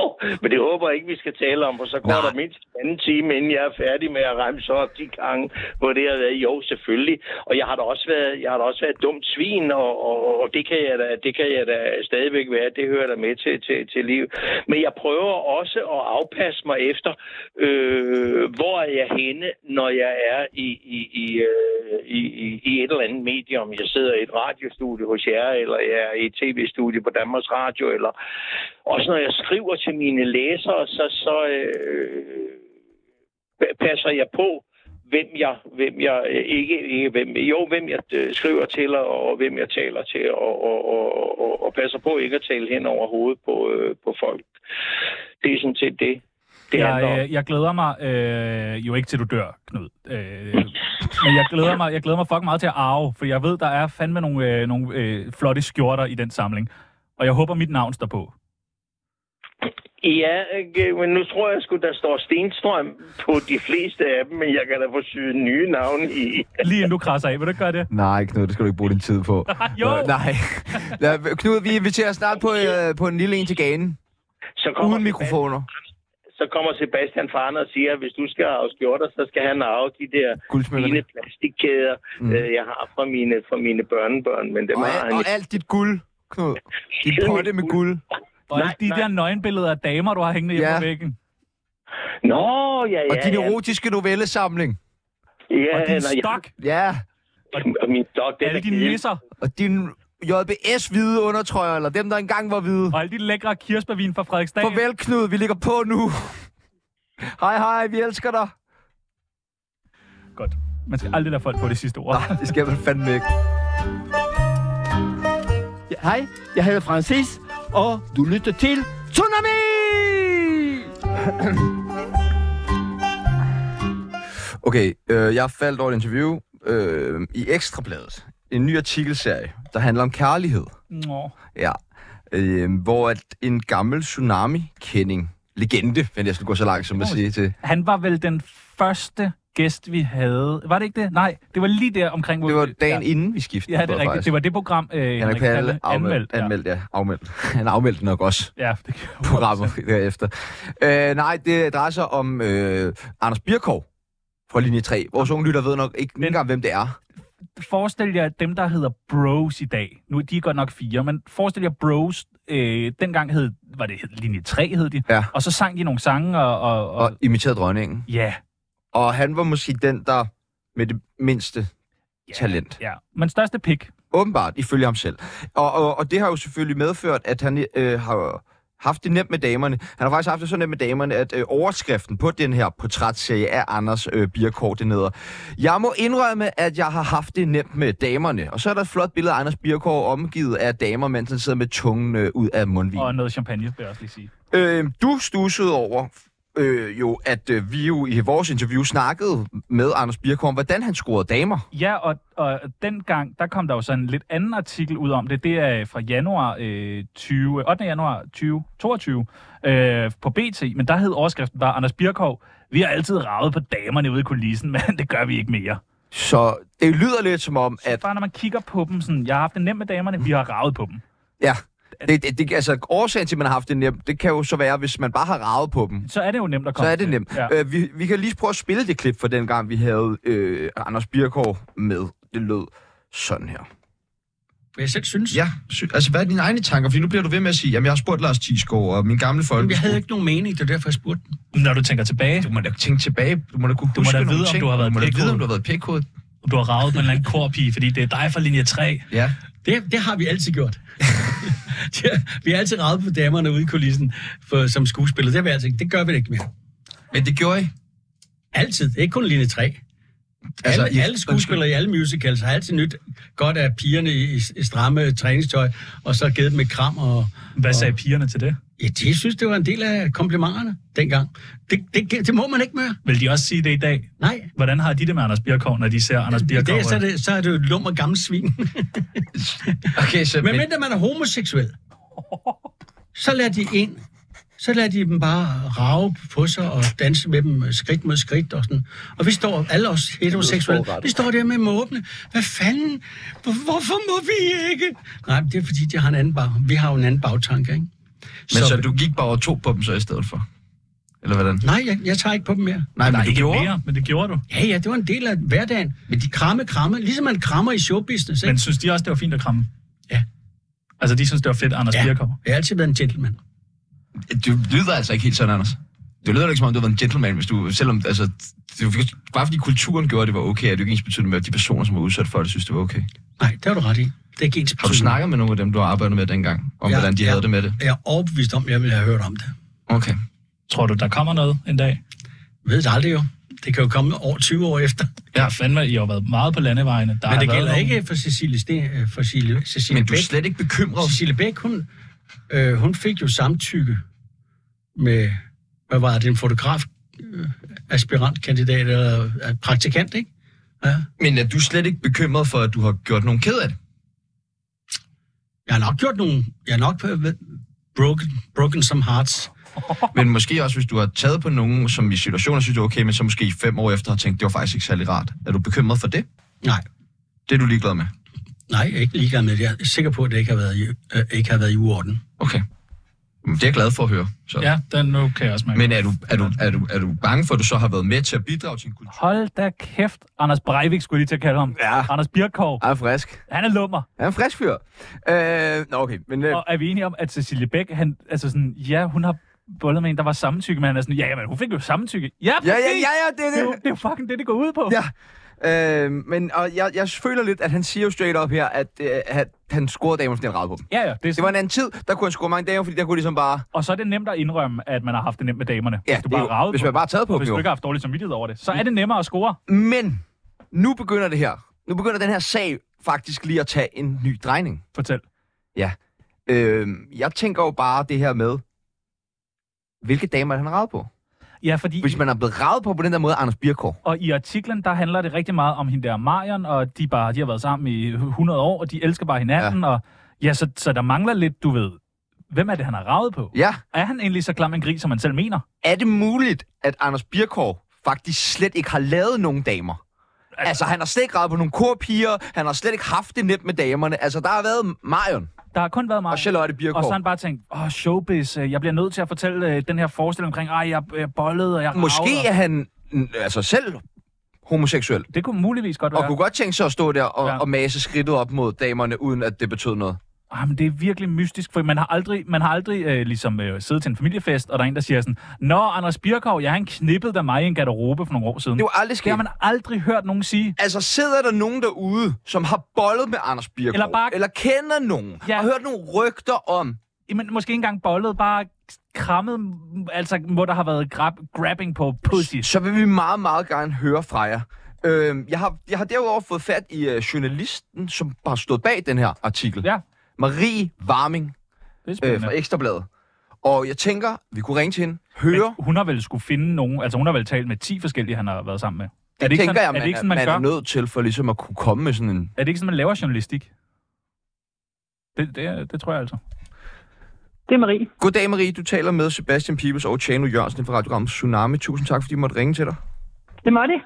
J: Åh, Men det håber jeg ikke, vi skal tale om, for så går
C: Nej.
J: Nej. der mindst en anden time, inden jeg er færdig med at remse op de gange, hvor det har været. Jo, selvfølgelig. Og jeg har da også været, jeg har da også været et dumt svin, og, og, og det, kan jeg da, det kan jeg da stadigvæk være. Det hører der med til, til, til livet. Men jeg prøver også at afpasse mig efter, øh, hvor er jeg henne, når jeg er i, i, i, øh, i, i, i et eller andet medium. Jeg sidder i et radiostudie hos jer, eller jeg er i et tv-studie på Danmarks Radio, eller også når jeg skriver til mine læsere, så, så øh, pa- passer jeg på, hvem jeg, hvem jeg øh, ikke, ikke hvem, jo, hvem jeg øh, skriver til, og, og hvem jeg taler til, og, og, og, og, og passer på ikke at tale hen over hovedet på, øh, på folk. Det er sådan set det. Det handler om.
D: jeg, øh, jeg glæder mig øh, jo ikke til, du dør, Knud. Øh, men jeg glæder, mig, jeg glæder mig fucking meget til at arve, for jeg ved, der er fandme nogle, øh, nogle øh, flotte skjorter i den samling. Og jeg håber, mit navn står på.
J: Ja, øh, men nu tror jeg sgu, der står Stenstrøm på de fleste af dem, men jeg kan da få syet nye navne i.
D: Lige inden du krasser af, vil du ikke gøre det?
C: Nej, Knud, det skal du ikke bruge din tid på.
D: jo.
C: Nå, Nej. Lad- Knud, vi inviterer snart på, øh, på en lille en til ganen.
J: Så kommer
C: Uden mikrofoner.
J: så kommer Sebastian Farne og siger, at hvis du skal arve skjorter, så skal han arve de der
C: Guldsmykkerne.
J: fine plastikkæder,
C: Mm.
J: mm. øh, jeg har fra mine, fra mine børnebørn. Men det
C: Og,
J: var
C: al-
J: han
C: og
J: ikke.
C: alt dit guld, Knud. Din
J: Kæde
C: potte med guld.
D: Og nej, de nej. der nøgenbilleder af damer, du har hængende hjemme
C: Ja.
D: ja. på væggen.
J: Nå, ja, ja.
C: Og din
J: ja.
C: erotiske novellesamling.
J: ja,
D: Og din
J: nå,
D: stok.
C: Ja.
J: Jeg, og min stok, den
D: Alle
J: er
D: dine
J: kedelig.
D: nisser.
C: Og din JBS-hvide undertrøjer, eller dem, der engang var hvide.
D: Og alle de lækre kirsebærvin fra Frederiksdal.
C: Farvel, Knud. Vi ligger på nu. hej, hej. Vi elsker dig.
D: Godt. Man skal aldrig lade folk få det sidste ord.
C: Nej, Ah, det skal man fandme ikke.
K: Ja, Hej, jeg hedder Francis, og du lytter til Tsunami!
C: Okay, øh, jeg faldt over et interview øh, i Ekstrabladet. En ny artikelserie, der handler om kærlighed.
D: Nå.
C: Ja. Øh, hvor at en gammel tsunami-kending, legende, men jeg skal gå så langt som at sige til.
D: Han var vel den første gæst, vi havde. Var det ikke det? Nej, det var lige der omkring... Hvor...
C: Det var dagen
D: ja.
C: inden vi skiftede.
D: Ja, det
C: tror
D: er
C: jeg
D: rigtigt.
C: faktisk.
D: Det var det program, øh,
C: Henrik
D: Henrik Palle
C: Palle
D: anmeldte. Ja.
C: Anmeldt, ja. Afmeldt. Han afmeldte nok også.
D: ja, det gjorde han.
C: programmet derefter. Øh, nej, det drejer sig om øh, Anders Birkov fra linje 3. Vores unge lytter ved nok ikke engang, hvem det er.
D: Forestil jer, at dem, der hedder Bros i dag, nu er de godt nok fire, men forestil jer Bros, øh, dengang hed, var det hed Linje 3, hed de,
C: Ja.
D: og så sang de nogle sange, og, og, og,
C: Og imiterede dronningen.
D: ja,
C: Og han var måske den, der med det mindste talent.
D: ja, men største pik.
C: Åbenbart, ifølge ham selv. Og, og, og det har jo selvfølgelig medført, at han øh, har haft det nemt med damerne. Han har faktisk haft det så nemt med damerne, at øh, overskriften på den her portrætserie af Anders øh, Birkov, den hedder, Jeg må indrømme, at jeg har haft det nemt med damerne. Og så er der et flot billede af Anders Birkov omgivet af damer, mens han sidder med tungen øh, ud af mundvinen.
D: Og noget champagne, vil jeg også lige sige.
C: Øh, du stussede over øh, jo, at øh, vi jo i vores interview snakkede med Anders Birkov om, hvordan han scorede damer.
D: Ja, og, og dengang, der kom der jo sådan en lidt anden artikel ud om det. Det er fra januar øh, 20, 8. januar 2022 øh, på BT, men der hed overskriften bare Anders Birkov, vi har altid ravet på damerne ude i kulissen, men det gør vi ikke mere.
C: Så det lyder lidt som om, at
D: Bare når man kigger på dem, sådan, jeg har haft det nemt med damerne, vi har ravet på dem.
C: Ja. Det, det, det, altså, årsagen til, at man har haft det nemt, det kan jo så være, hvis man bare har ravet på dem.
D: Så er det jo nemt at
C: Så
D: komme
C: er det
D: til.
C: nemt.
D: Ja.
C: Ja. Øh, vi, vi kan lige prøve at spille det klip fra den gang, vi havde øh, Anders Birkov med. Det lød sådan her.
E: Hvad jeg selv synes.
F: Ja, sy- altså hvad er dine egne tanker? Fordi nu bliver du ved med at sige, jamen jeg har spurgt Lars Tisgaard og min gamle folk.
E: Jamen, jeg havde ikke nogen mening, det var derfor, jeg spurgte den. Når du tænker tilbage,
F: Du må da tænke tilbage. Du må da kunne
E: Du må
F: huske
E: da
F: nogle
E: vide, om
F: ting.
E: du har været
F: du må da
E: pækhoved.
F: vide, om du har været pækhoved.
E: du har ravet på en eller anden korpige, fordi det er dig fra linje 3.
F: Ja.
E: Det, det har vi altid gjort. Det har- vi har altid ravet på damerne ude i kulissen for, som skuespiller. Det, har vi altid, det gør vi da ikke mere.
F: Men det gjorde I.
E: Altid. Ikke kun linje 3.
F: Altså,
E: Altså,
F: I-
E: alle, alle skuespillere i alle musicals har altid nyt godt af pigerne i, i stramme træningstøj, og så givet dem et kram. Og,
D: Hvad
E: og,
D: sagde pigerne til det?
E: Ja, det synes det var en del af komplimenterne dengang. Det, det, det må man ikke mere.
D: Vil de også sige det i dag?
E: Nej.
D: Hvordan har de det med Anders Birkov, når de ser Anders
E: I
D: Birkov?
E: dag, så, er det, så er det jo et lummer gammel svin.
F: Okay, så...
E: Men mindre man er homoseksuel, så lader de ind. Så lader de dem bare rave på sig og danse med dem skridt mod skridt og sådan. Og vi står, alle os heteroseksuelle, vi står der med måbne. Hvad fanden? Hvor- Hvorfor må vi ikke? Nej, men det er fordi, de har en anden bag. Vi har jo en anden bagtanke, ikke?
F: Men så, så du gik bare over to på dem så i stedet for? Eller hvordan?
E: Nej, jeg, jeg tager ikke på dem mere.
F: Nej, men Nej, du ikke gjorde.
D: mere, men det gjorde du.
E: Ja, ja, det var en del af hverdagen. Men de kramme, kramme, ligesom man krammer i showbusiness, ikke?
D: Men synes de også, det var fint at kramme?
E: Ja.
D: Altså, de synes, det var fedt, at Anders
E: Ja.
D: Bier kommer.
E: Jeg har altid været en gentleman.
F: Du lyder altså ikke helt sådan, Anders. Du lyder ikke som om, du har været en gentleman, hvis du, selvom, altså, det var, bare fordi kulturen gjorde, at det var okay, at det ikke ens betydende med, at de personer, som var udsat for det, synes, det var okay.
E: Nej, det har du ret i. Det er ikke ens
F: Har du
E: betydning.
F: snakket med nogle af dem, du har arbejdet med dengang, om
E: Ja,
F: ja, hvordan de
E: ja.
F: ja. havde det med det?
E: Jeg er overbevist om, at jeg ville have hørt om det.
F: Okay.
D: Tror du, der kommer noget en dag?
E: Ved det aldrig jo. Det kan jo komme over 20 år efter.
D: Ja, fandme, I har jo været meget på landevejene. Der
E: Men
D: har
E: det
D: været
E: gælder
D: nogle-
E: ikke for Cecilie, Sten, øh, for Cecilie, Cecilie
F: Men du er
E: Bæk.
F: slet ikke bekymret.
E: Cecilie Bæk, hun, øh, hun fik jo samtykke med, hvad var det, en fotograf, øh, aspirantkandidat eller øh, praktikant, ikke? Ja.
F: Men er du slet ikke bekymret for, at du har gjort nogen ked af det?
E: Jeg har nok gjort nogle, jeg har nok øh, ved- broken, broken some hearts.
F: Men måske også, hvis du har taget på nogen, som i situationer synes, det er okay, men så måske fem år efter har tænkt, det var faktisk ikke særlig rart. Er du bekymret for det?
E: Nej,
F: Det er du ligeglad med.
E: nej, jeg er ikke ligeglad med det. Jeg er sikker på, at det ikke har været i, øh, ikke har været i uorden.
F: Okay. Jamen, Det er jeg glad for at høre. Så.
D: Ja, den nu kan jeg også mærke.
F: Men er du, er, du, er, du, er du bange for, at du så har været med til at bidrage til en kultur?
D: Hold da kæft. Anders Breivik skulle jeg lige til at kalde ham.
C: Ja.
D: Anders Birkov.
C: Han er frisk.
D: Han er lummer.
C: Han er en frisk fyr. Øh, nå, okay. Men, øh,
D: Og er vi enige om, at Cecilie Bæk, han, altså sådan, ja, hun har bollet med en, der var samtykke, men han er sådan, ja, men hun fik jo samtykke. Ja,
C: ja, ja,
D: præcis.
C: ja, ja, det er
D: Det er, jo,
C: det.
D: det er jo fucking det, det går ud på.
C: Ja. Øh, men og jeg, jeg føler lidt, at han siger jo straight up her, at, øh, at han scorede damer for den på dem.
D: ja, ja det er
C: Det var en anden tid, der kunne han score mange damer, fordi der kunne ligesom bare...
D: Og så er det nemt at indrømme, at man har haft det nemt med damerne.
C: Ja,
D: hvis du
C: det er
D: bare
C: jo-
D: ravet
C: hvis
D: på
C: man
D: dem.
C: bare har taget på
D: Hvis
C: dem,
D: du
C: jo.
D: ikke har haft dårlig samvittighed over det, så er det nemmere at score.
C: Men nu begynder det her. Nu begynder den her sag faktisk lige at tage en ny drejning.
D: Fortæl.
C: Ja. Øh, jeg tænker jo bare det her med, hvilke damer er det, han ravet på.
D: Ja, fordi...
C: Hvis man er blevet ravet på på den der måde, af Anders Birkov.
D: Og i artiklen, der handler det rigtig meget om hende der Marion, og de, bare, de har været sammen i 100 år, og de elsker bare hinanden. Ja. Og, ja, så, så der mangler lidt, du ved, hvem er det, han har ravet på?
C: Ja.
D: Er han egentlig så klam en gris, som han selv mener?
C: Er det muligt, at Anders Birkov faktisk slet ikke har lavet nogen damer? Altså, han har slet ikke ravet på nogle korpiger, han har slet ikke haft det nemt med damerne. Altså, der har været Marion
D: Der har kun været mig.
C: og Charlotte
D: Og
C: Birkov.
D: så har han bare tænkt, åh, showbiz, øh, jeg bliver nødt til at fortælle øh, den her forestilling omkring, ej, jeg, jeg bollede, og jeg
C: Måske
D: ragede."
C: er han mm, altså selv homoseksuel,
D: Det kunne muligvis godt
C: og
D: være.
C: kunne godt tænke sig at stå der og,
D: Ja.
C: ja. og mase skridtet op mod damerne, uden at det betød noget.
D: Ah, men det er virkelig mystisk, for man har aldrig, man har aldrig øh, ligesom, øh, siddet til en familiefest, og der er en, der siger sådan, Nå, Anders Birkov, ja, han knippede da mig i en garderobe for nogle år siden.
C: Det var aldrig
D: det har
C: sket.
D: man aldrig hørt nogen sige.
C: Altså, sidder der nogen derude, som har bollet med Anders Birkov,
D: Eller bare-
C: eller kender nogen,
D: Ja.
C: ja. og hørt nogle rygter om,
D: Jamen, måske ikke engang bollet, bare krammet, m- altså må der have været grab- grabbing på pussy.
C: så vil vi meget, meget gerne høre fra jer. Øh, jeg, har, jeg har derudover fået fat i øh, journalisten, som har stået bag den her artikel.
D: Ja,
C: Marie Warming
D: det er
C: øh,
D: spændende.
C: fra Ekstrabladet. Og jeg tænker, vi kunne ringe til hende, høre.
D: Men hun har vel skulle finde nogen, altså hun har vel talt med 10 forskellige, han har været sammen med. Er det
C: det
D: ikke
C: tænker
D: sådan,
C: jeg,
D: er
C: man,
D: det ikke sådan,
C: man,
D: man,
C: man er
D: gør?
C: nødt til for ligesom at kunne komme med sådan en...
D: Er det ikke sådan, man laver journalistik? Det, det, det tror jeg altså.
L: Det er Marie.
C: Goddag Marie, du taler med Sebastian Pibels og Tjano Jørgensen fra Radiogram Tsunami. Tusind tak, fordi I måtte ringe til dig.
L: Det må det.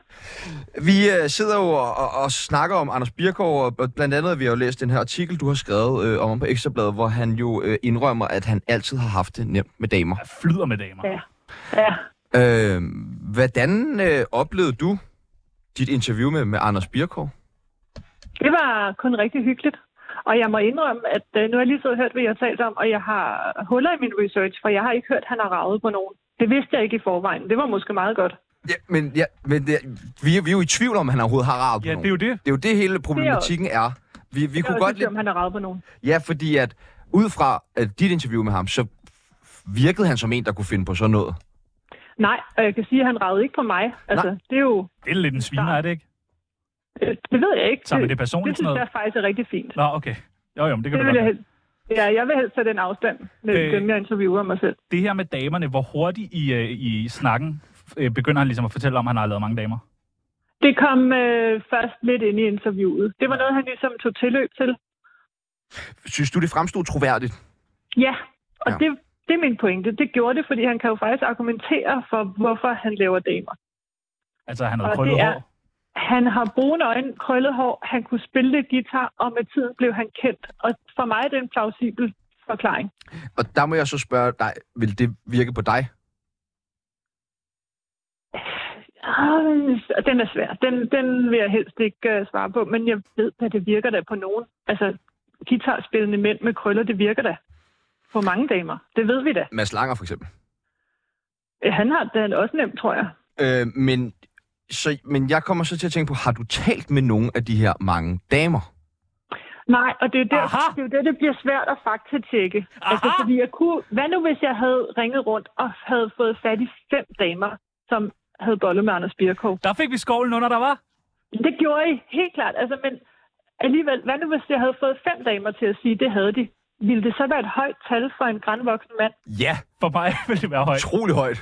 C: Vi øh, sidder jo og, og, og snakker om Anders Birkov, og- og blandt andet har vi jo læst den her artikel, du har skrevet øh, om ham på Ekstrabladet, hvor han jo øh, indrømmer, at han altid har haft det nemt med damer.
D: Jeg flyder med damer.
L: Ja. Ja.
C: Øh, hvordan øh, oplevede du dit interview med, med Anders Birkov?
L: Det var kun rigtig hyggeligt. Og jeg må indrømme, at øh, nu har jeg lige så hørt, hvad jeg har talt om, og jeg har huller i min research, for jeg har ikke hørt, at han har ravet på nogen. Det vidste jeg ikke i forvejen. Det var måske meget godt.
C: Ja, men ja, men det, vi, er- vi er jo i tvivl om, han overhovedet har ravet på
D: Ja, det
C: nogen.
D: er jo det.
C: det er jo det, hele problematikken er. Vi, vi
L: Jeg
C: kunne
L: var
C: godt
L: i tvivl, om han har ravet på nogen.
C: Ja, fordi at ud fra at dit interview med ham, så virkede han som en, der kunne finde på sådan noget.
L: Nej, og jeg kan sige, at han ragede ikke på mig. Altså, det er jo...
D: Det er lidt en sviner, er det ikke?
L: øh, Det ved jeg ikke.
D: Tager man det personligt,
L: Det synes
D: sådan noget?
L: jeg faktisk er rigtig fint.
D: Nå, okay. Jo, jo, men det kan
L: Det
D: du
L: vil
D: godt
L: jeg
D: jeg...
L: helst. Ja, jeg vil helst tage den afstand med
D: Øh.
L: øh. dem, jeg interviewer mig selv.
D: Det her med damerne, hvor hurtigt i, øh, i snakken øh, begynder han ligesom at fortælle om, at han har lavet mange damer.
L: Det kom øh, først lidt ind i interviewet. Det var noget, han ligesom tog tilløb til.
C: Synes du, det fremstod troværdigt?
L: Ja, og
C: Ja.
L: ja. Det, det er min pointe. Det gjorde det, fordi han kan jo faktisk argumentere for, hvorfor han laver damer.
D: Altså, han havde
L: Og
D: krøllet
L: det er-
D: hår.
L: Han har brune øjne, krøllet hår, han kunne spille lidt guitar, og med tiden blev han kendt. Og for mig er det en plausibel forklaring.
C: Og der må jeg så spørge dig, vil det virke på dig?
L: Ah, Den er svær. Den, den vil jeg helst ikke øh, svare på, men jeg ved, at det virker da på nogen. Altså, guitarspillende mænd med krøller, det virker da på mange damer. Det ved vi da.
C: Mads Langer for eksempel.
L: Ja, Han har den også nemt, tror jeg.
C: Øh, men, så, men jeg kommer så til at tænke på, har du talt med nogle af de her mange damer?
L: Nej, og det er jo der, det, er jo der, det bliver svært at faktatjekke. Altså, fordi jeg kunne, hvad nu hvis jeg havde ringet rundt og havde fået fat i fem damer, som havde bollet med Anders Birkow?
D: Der fik vi skovlen under, der var.
L: Det gjorde I, helt klart. Altså, men alligevel, hvad nu hvis jeg havde fået fem damer til at sige, det havde de? Ville det så være et højt tal for en grænvoksen mand?
C: Ja.
D: For mig ville det være højt.
C: Utrolig højt.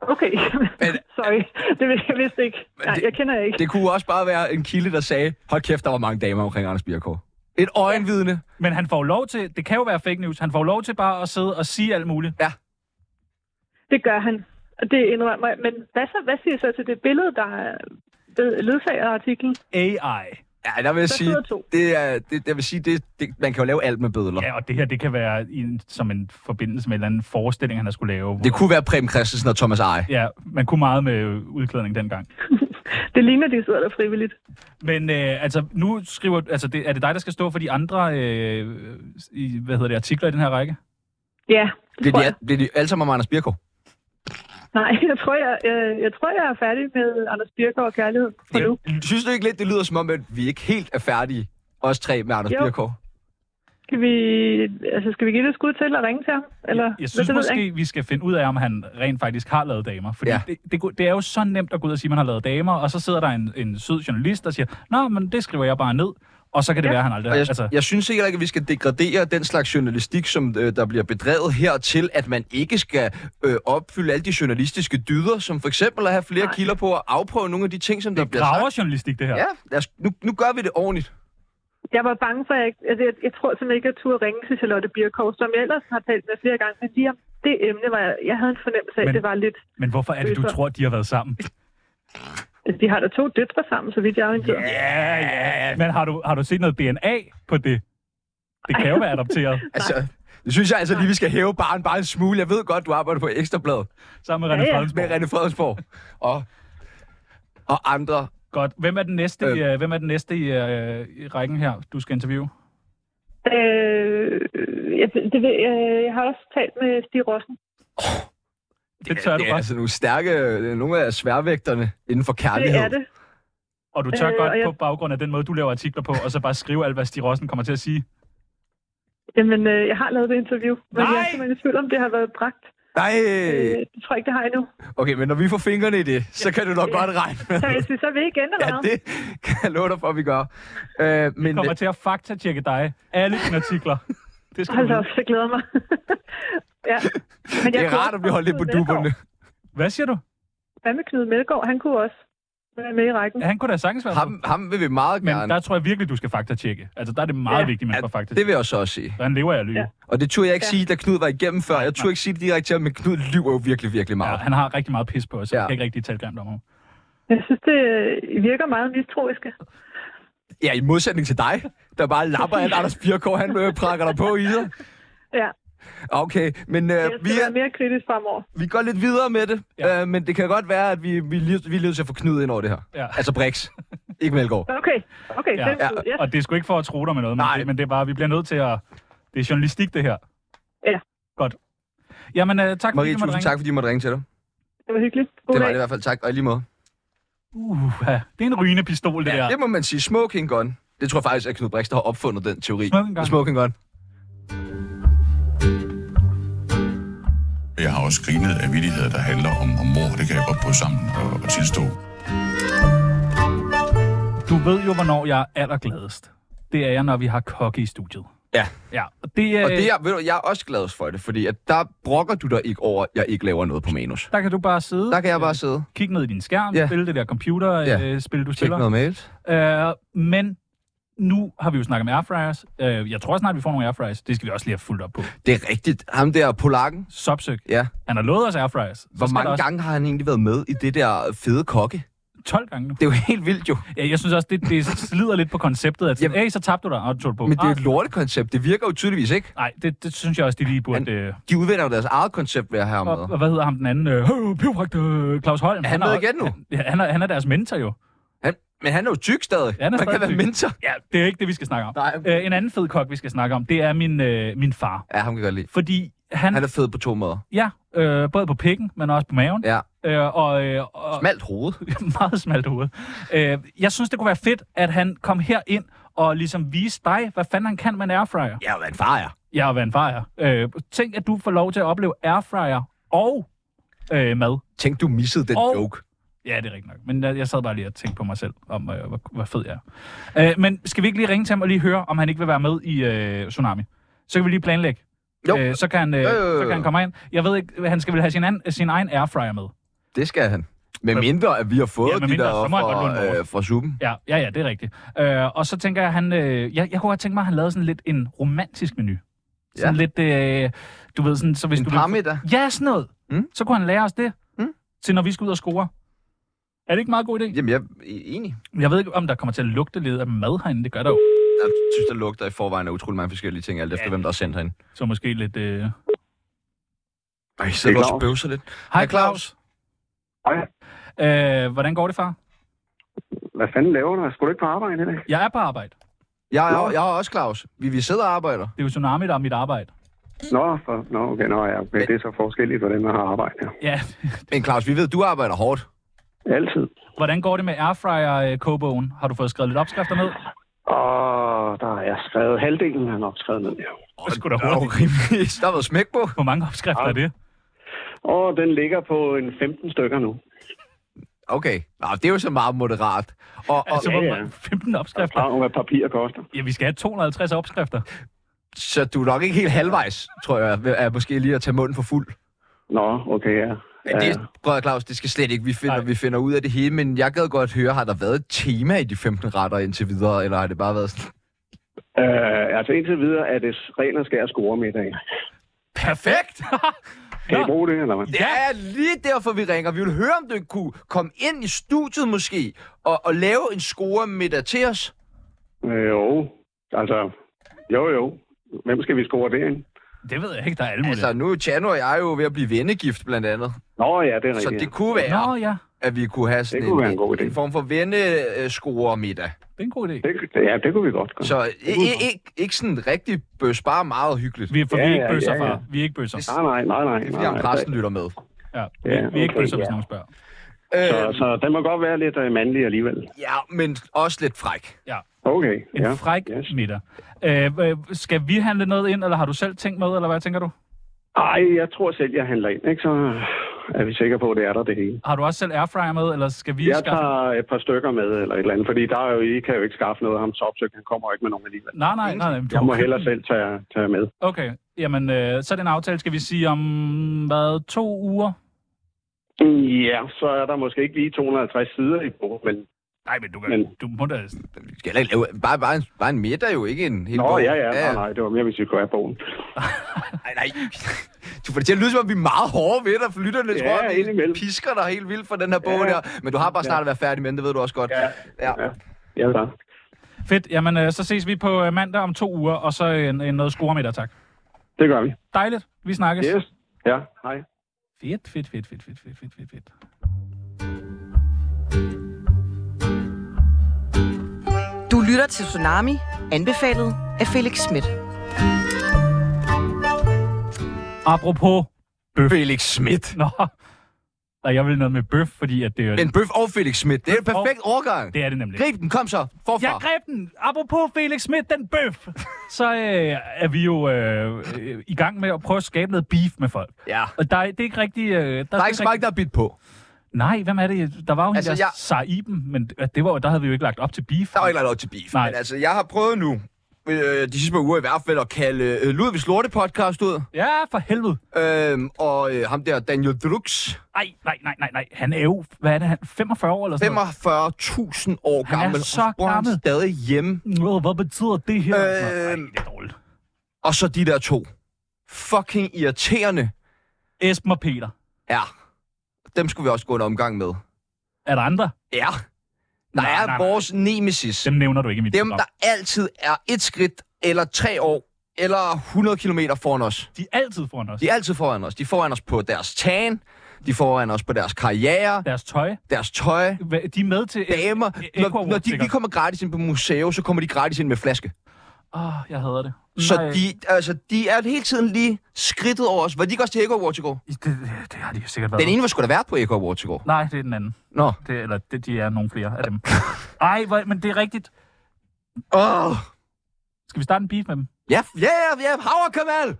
L: Okay, sorry. Det vidste jeg vidste ikke. Nej, jeg kender ikke.
C: Det kunne også bare være en kilde, der sagde, hold kæft, der var mange damer omkring Anders Birkow. Et øjenvidne.
D: Men han får jo lov til, det kan jo være fake news, han får jo lov til bare at sidde og sige alt muligt.
C: Ja.
L: Det gør han, og det indrømmer jeg. Men hvad, så, hvad siger så til det billede, der er ved- ledsager artiklen?
D: AI.
C: Ja, der vil jeg
L: Der
C: sige,
L: sidder to.
C: det er, det, jeg vil sige det, det, man kan jo lave alt med bødler.
D: Ja, og det her, det kan være i en, som en forbindelse med en eller anden forestilling, han har skulle lave.
C: Det kunne være Preben Christensen og Thomas Eje.
D: Ja, man kunne meget med øh, udklædning dengang.
L: Det ligner, de sidder der frivilligt.
D: Men øh, altså, nu skriver... Altså, det, er det dig, der skal stå for de andre øh, i, hvad hedder det, artikler i den her række?
L: Ja, det
C: Bliver
L: tror
C: de,
L: jeg.
C: al- bliver de alle sammen om Anders Birkow?
L: Nej, jeg tror jeg, jeg, jeg tror, jeg er færdig med Anders Birker og kærlighed.
C: Synes du ikke lidt, det lyder som om, at vi ikke helt er færdige, os tre med Anders
L: Jo.
C: Birkow?
L: Skal vi, altså, skal vi give det et skud til at ringe til ham? Eller,
D: Jeg
L: Hvad,
D: synes
L: det ved
D: måske,
L: ikke.
D: vi skal finde ud af, om han rent faktisk har lavet damer. Fordi ja. det, det, go- det er jo så nemt at gå ud og sige, at man har lavet damer, og så sidder der en, en sød journalist, der siger, Nå, men det skriver jeg bare ned, og så kan det ja. være, at han aldrig...
C: Og jeg,
D: altså,
C: jeg synes sikkert ikke, at vi skal degradere den slags journalistik, som øh, der bliver bedrevet her, til at man ikke skal øh, opfylde alle de journalistiske dyder, som for eksempel at have flere Nej. kilder på og afprøve nogle af de ting, som det der bliver sagt.
D: graverjournalistik, det her.
C: Ja, lad os, nu, nu gør vi det ordentligt.
L: Jeg var bange for, at jeg, ikke- altså, jeg, jeg tror simpelthen ikke, at jeg turde ringe til Charlotte Birkov, som jeg ellers har talt med flere gange, men lige om det emne var jeg, jeg havde en fornemmelse af,
D: Men-
L: at det var lidt...
D: Men hvorfor er det, du
L: Øster.
D: tror, de har været sammen?
L: altså, De har da to døtre sammen, så vidt jeg er orienteret.
D: Ja, ja. Men har du, har du set noget DNA på det? Det kan jo være adopteret.
C: Altså, det synes jeg altså lige, vi skal hæve barn bare en smule. Jeg ved godt, du arbejder på Ekstrabladet.
D: Sammen med René Ja, ja. Fredensborg.
C: Med René Fredensborg. Og, og andre.
D: Godt. Hvem er den næste, øh. i, øh, hvem er den næste i, øh, i rækken her, du skal interviewe?
L: Øh, jeg, det, ved- øh, jeg har også talt med Stig Rossen.
D: Det tør du
C: det er
D: godt.
C: altså nogle stærke, øh, nogle af sværvægterne inden for kærlighed.
L: Det er det.
D: Og du tør
L: Øh,
D: øh, godt
L: og jeg-
D: på baggrund af den måde, du laver artikler på, og så bare skrive alt, hvad Stig Rossen kommer til at sige.
L: Jamen, øh, jeg har lavet det interview, men
D: Nej!
L: jeg er simpelthen i tvivl om, det har været bragt.
C: Nej!
L: Øh, det tror jeg ikke, det har endnu.
C: Okay, men når vi får fingrene i det, så kan du nok godt regne med.
L: Så jeg synes, så vil I igen, eller
C: Ja,
L: hvad?
C: det kan jeg love dig for, at vi gør. Øh, men,
D: Vi kommer til at faktatjekke dig. Alle dine artikler. Det skal
L: Hold
D: du
L: da
D: vide.
L: op, jeg glæder mig. ja. Men
C: det er
L: kunne
C: rart
L: også
C: at blive holdt lidt på
L: Knud Melgaard.
C: duberne.
D: Hvad siger du?
L: Hvad med Knud Melgaard? Han kunne også være med i rækken.
D: Han kunne da sagtens være
C: ham, ham vil vi meget
D: gerne. Men der tror jeg virkelig, du skal faktatjekke. Altså, der er det meget
L: Ja.
D: ja. vigtigt, man får
C: Det
D: faktatjekket.
C: vil jeg så også sige.
D: Det... Han lever af at lyve.
L: Ja.
D: Ja.
C: Og det turde jeg ikke sige, da Knud var igennem før. Jeg turde ikke sige det direkte til ham, men Knud lyver jo virkelig, virkelig meget.
D: Han har rigtig meget pis på os, så
C: Ja.
D: ja. jeg kan ikke rigtig tale grimt om ham.
L: Jeg synes, det øh, virker meget mistroiske.
C: Ja, i modsætning til dig, der bare lapper alt Anders Birkow, han øh, prakker dig på i dig.
L: Ja,
C: Okay, men øh,
L: jeg
C: vi,
L: skal
C: er,
L: være mere kritisk fremover.
C: vi går lidt videre med det, ja. øh, men det kan godt være, at vi, vi, lige- vi er nødt til at få Knud ind over det her.
D: Ja.
C: Altså Brix, ikke Melgaard.
L: Okay, okay.
D: Ja.
L: Ja. Ja.
D: Ja. Og det er sgu ikke for at tro dig med noget, men det, men det er bare, vi bliver nødt til at... Det er journalistik, det her.
L: Ja.
D: Godt. Jamen, uh, tak fordi
C: Marie,
D: du måtte
C: tusind
D: ringe.
C: tak, fordi jeg måtte ringe til dig.
L: Det var hyggeligt. God
C: Det var
L: dag.
C: det i hvert fald. Tak, og i lige måde.
D: Uh, det er en rygende pistol, det ja, der.
C: Det må man sige. Smoking gun. Det tror jeg faktisk, at Knud Brix, der har opfundet den teori.
D: Smoking gun.
C: Smoking gun.
M: Jeg har også grinet af vidigheder, der handler om, om mor. Det kan jeg godt på sammen og, og tilstå.
D: Du ved jo, hvornår jeg er allergladest. Det er jeg, når vi har kokke i studiet.
C: Ja.
D: Ja, og det er...
C: Og det er, ved du, jeg er også glad for det, fordi at der brokker du dig ikke over, at jeg ikke laver noget på manus.
D: Der kan du bare sidde.
C: Der kan jeg bare sidde.
D: Kig ned i din skærm,
C: Ja.
D: ja. spille det der computerspil,
C: Ja.
D: ja. øh, spil, du
C: Tjek
D: spiller.
C: noget mails.
D: Øh, men nu har vi jo snakket med airfryers. Øh, jeg tror snart, vi får nogle airfryers. Det skal vi også lige have fulgt op på.
C: Det er rigtigt. Ham der polakken.
D: Sopsøg.
C: Ja.
D: Han har lovet os airfryers. Så
C: Hvor
D: skal der
C: mange
D: også-
C: gange har han egentlig været med i det der fede kokke?
D: 12 gange nu.
C: Det er jo helt vildt jo.
D: Ja, jeg synes også, det, det slider lidt på konceptet, at sådan, hey, så tabte du dig, og du tog det på.
C: Men det er jo
D: Ah,
C: et lortekoncept. Det virker jo tydeligvis ikke.
D: Nej, det, det synes jeg også, de lige burde... øh, Han,
C: de udvinder jo deres eget koncept ved at have ham
D: og,
C: med.
D: og hvad hedder ham den anden? Øh, øh, pivpragt, øh, Claus Holm.
C: Er han med
D: er-
C: igen nu?
D: Han, ja, han, er, han er deres mentor jo.
C: Han, men han er jo tyk stadig.
D: Ja, han er
C: Man kan
D: stadig
C: være
D: tyk.
C: mentor.
D: Ja, det er ikke det, vi skal snakke om.
C: Nej.
D: Øh, en anden fed kok, vi skal snakke om, det er min, øh, min far.
C: Ja, ham kan jeg godt lide.
D: Fordi han...
C: Han er fed på to måder.
D: Ja, øh, både på pikken, men også på maven.
C: Ja.
D: Øh, og, øh, og,
C: smalt hoved.
D: meget smalt hoved. Øh, jeg synes, det kunne være fedt, at han kom her ind og ligesom vise dig, hvad fanden han kan med en airfryer.
C: Ja, hvad en far er.
D: Ja, og hvad en far er. Øh, tænk, at du får lov til at opleve airfryer og øh, mad.
C: Tænk, du missede den
D: Og-
C: joke.
D: Ja, det er rigtigt nok. Men jeg, jeg sad bare lige og tænkte på mig selv, om øh, hvor, hvor fed jeg er. Øh, men skal vi ikke lige ringe til ham og lige høre, om han ikke vil være med i øh, Tsunami? Så kan vi lige planlægge.
C: Jo.
D: Øh, så, kan han, øh,
C: Jo, jo, jo, jo.
D: så kan han komme ind. Jeg ved ikke, han skal vel have sin, an, sin egen airfryer med.
C: Det skal han. Med mindre, at vi har fået
D: Ja, med
C: de
D: mindre,
C: der
D: så må han godt
C: fra,
D: låne vores.
C: øh, fra suppen.
D: Ja, ja, ja, det er rigtigt. Øh, og så tænker jeg, han, øh, jeg, jeg kunne godt tænke mig, at han lavede sådan lidt en romantisk menu. Sådan lidt, øh, du ved, sådan, så hvis
C: En
D: du...
C: parmiddag?
D: Ja, sådan noget.
C: Mm.
D: Så kunne han lære os det, mm. til når vi skal ud og score. Er det ikke en meget god idé?
C: Jamen, jeg er e-, enig.
D: Jeg ved ikke, om der kommer til at lugte lidt af mad herinde. Det gør der jo.
C: Jeg synes, der lugter i forvejen af utrolig mange forskellige ting, alt efter, hvem der har sendt herind.
D: Så måske lidt... Øh...
C: Ej,
D: Det
C: så
D: er
C: du også
D: Claus.
C: bøvser lidt.
D: Hej, Claus.
N: Hej.
D: Øh, hvordan går det, far?
N: Hvad fanden laver du? Skulle du ikke på arbejde i dag?
D: Jeg er på arbejde.
C: Jeg er, jeg er også Claus. Vi, vi sidder og arbejder.
D: Det er jo Tsunami, der er mit arbejde.
N: Nå, for, nå okay, nå, ja. Men det er så forskelligt, hvordan man har arbejde. Ja.
D: Ja.
C: Men Claus, vi ved, du arbejder hårdt.
N: Altid.
D: Hvordan går det med airfryer-kogebogen? Har du fået skrevet lidt opskrifter ned?
N: Og der er jeg skrevet halvdelen af en opskrevet ned. Ja.
D: Åh, det skulle da
C: Der er jo
D: hurtigt.
C: rimelig, der har været smæk på.
D: Hvor mange opskrifter er det?
N: Og den ligger på en 15 stykker nu.
C: Okay, Nå, det er jo så meget moderat. Og, og
D: Altså, hvor mange- 15 opskrifter?
N: Jeg hvad papir koster.
D: Ja, vi skal have 250 opskrifter.
C: Så du er nok ikke helt halvvejs, tror jeg, ved- er måske lige at tage munden for fuld.
N: Nå, okay, ja.
C: Men det, brødre Claus, det skal slet ikke, vi finder, vi finder ud af det hele, men jeg gad godt høre, har der været et tema i de 15 retter indtil videre, eller har det bare været sådan,
N: Øh, altså indtil videre er det ren og skær score middag.
C: perfekt?
N: Kan I bruge det, eller hvad?
C: Det er lige derfor, vi ringer. Vi vil høre, om du kunne komme ind i studiet måske, og, og lave en score middag til os.
N: Øh, jo, altså, jo jo. Hvem skal vi score det ind?
D: Det ved jeg ikke, der er alle mulige.
C: Altså, nu er Tjano og jeg jo ved at blive vennegift, blandt andet.
N: Nå ja, det er
C: Så
N: rigtigt, ja.
C: det kunne være,
D: Nå ja,
C: at vi kunne have sådan
N: Det kunne være
C: en,
N: en god idé.
C: en form for vennescore middag.
D: det er en god idé.
N: Det, ja, det kunne vi godt gøre.
C: Så ikke, ikke, ikke sådan rigtig bøs, bare meget hyggeligt.
D: Vi, for vi
N: Ja,
D: er ikke
N: ja,
D: bøsser,
N: ja,
D: far.
N: ja.
D: Vi er ikke bøsser.
N: Nej, nej, nej, nej.
C: Det er fordi, om
N: nej.
C: præsten lytter med.
D: Ja, vi,
N: Ja,
D: vi er ikke
N: okay,
D: bøsser, hvis
N: ja.
D: nogen spørger.
N: Så, så den må godt være lidt øh, mandlig alligevel.
C: Øh, Ja, men også lidt fræk.
D: Ja,
N: Okay,
D: en
N: ja.
D: fræk yes. middag. Øh, øh, skal vi handle noget ind, eller har du selv tænkt med, eller hvad tænker du?
N: Ej, jeg tror selv, jeg handler ind, ikke? Så er vi sikre på, at det er der det hele.
D: Har du også selv airfryer med, eller skal vi
N: Jeg
D: skaffe-
N: tager et par stykker med, eller et eller andet, fordi der er jo, I kan jo ikke skaffe noget af ham top, så han kommer ikke med nogen alligevel.
D: Nej, nej, nej. nej men du
N: Jeg må
D: har-
N: hellere selv tage, tage med.
D: Okay, jamen, øh, så er det en aftale, skal vi sige om, hvad, to uger?
N: Ja, så er der måske ikke lige 250 sider i bogen, men...
D: Nej, men du, kan,
N: men...
D: du må da...
C: Vi skal heller ikke lave, bare, bare, en, bare en middag jo, ikke en hel
N: Nå,
C: bog.
N: ja, ja, nej, nej, det var mere, hvis vi kunne have bogen.
C: Nej, nej. Du får det til at lyde, som om vi er meget hårde ved dig, for lytterne
N: Ja,
C: ja, tror, at vi
N: indimellem.
C: pisker dig helt vildt for den her bog
N: Ja.
C: der. Men du har bare snart at være færdig med den, det ved du også godt. Ja, ja.
N: Ja, da.
D: Fedt, jamen, øh, så ses vi på øh, mandag om to uger, og så øh, en, en noget scoremiddag, tak.
N: Det gør vi.
D: Dejligt, vi snakkes.
N: Yes. Ja, hej.
D: Fedt, fedt, fedt, fedt, fedt, fedt, fedt, fedt, fedt.
G: Du lytter til Tsunami, anbefalet af Felix Schmidt.
D: Apropos bøf.
C: Felix Schmidt.
D: Nå, nej, jeg vil noget med bøf, fordi at det er...
C: Men Bøf og Felix Schmidt, det er en
D: Bøf og-
C: perfekt overgang.
D: Det er det nemlig.
C: Grib den, kom så, forfra.
D: Jeg greb den. Apropos Felix Schmidt, den bøf. Så øh, er vi jo øh, øh, i gang med at prøve at skabe noget beef med folk.
C: Ja.
D: Og der, er- det er ikke rigtig... Øh, der, er
C: Der er ikke så mange, der er bidt på.
D: Nej, hvem er det? Der var jo altså,
C: Altså,
D: en der
C: jeg-
D: Saiben, men øh, det var, jo- der havde vi jo ikke lagt op til beef.
C: Der var ikke lagt op til beef.
D: Nej.
C: Men altså, jeg har prøvet nu, øh, de sidste par uger i hvert fald, at kalde øh, Ludvigs Lorte podcast ud.
D: Ja, for helvede.
C: Øhm, og øh, ham der, Daniel Drux,
D: Ej, nej, nej, nej, nej. Han er jo, hvad er det, han, 45 år eller sådan
C: 45.000 år
D: Han er
C: gammel. og
D: så
C: bor han
D: gammel.
C: stadig hjemme.
D: noget. Nå, Hvad betyder det her? Øh...
C: Øhm, og så de der to. Fucking irriterende.
D: Esben og Peter.
C: Ja. Dem skulle vi også gå en omgang med.
D: Er der andre?
C: Ja. Der nej, er nej, vores nemesis.
D: Dem nævner du ikke i mit
C: Dem, der altid er et skridt, eller tre år, eller 100 km foran os.
D: De er altid foran os.
C: De er altid foran os. De er foran os på deres tan, de er foran os på deres karriere.
D: Deres tøj.
C: Deres tøj.
D: Hva- De er med til...
C: Damer. Når,
D: Equal
C: når
D: Walk,
C: de, de
D: sikkert.
C: kommer gratis ind på museet, så kommer de gratis ind med flaske.
D: Åh, jeg hader det.
C: Så
D: Nej.
C: de, altså, de er hele tiden lige skridtet over os. Var de ikke også til Echo Awards i går?
D: Det, det har de sikkert været.
C: Den ene var sgu da vært på Echo Awards i går.
D: Nej, det er den anden.
C: Nå.
D: Det, eller det, de er nogle flere af dem. Ej, hvor, men det er rigtigt.
C: Åh.
D: Skal vi starte en beef med dem?
C: Ja, ja, ja, ja. Hav og Kamal!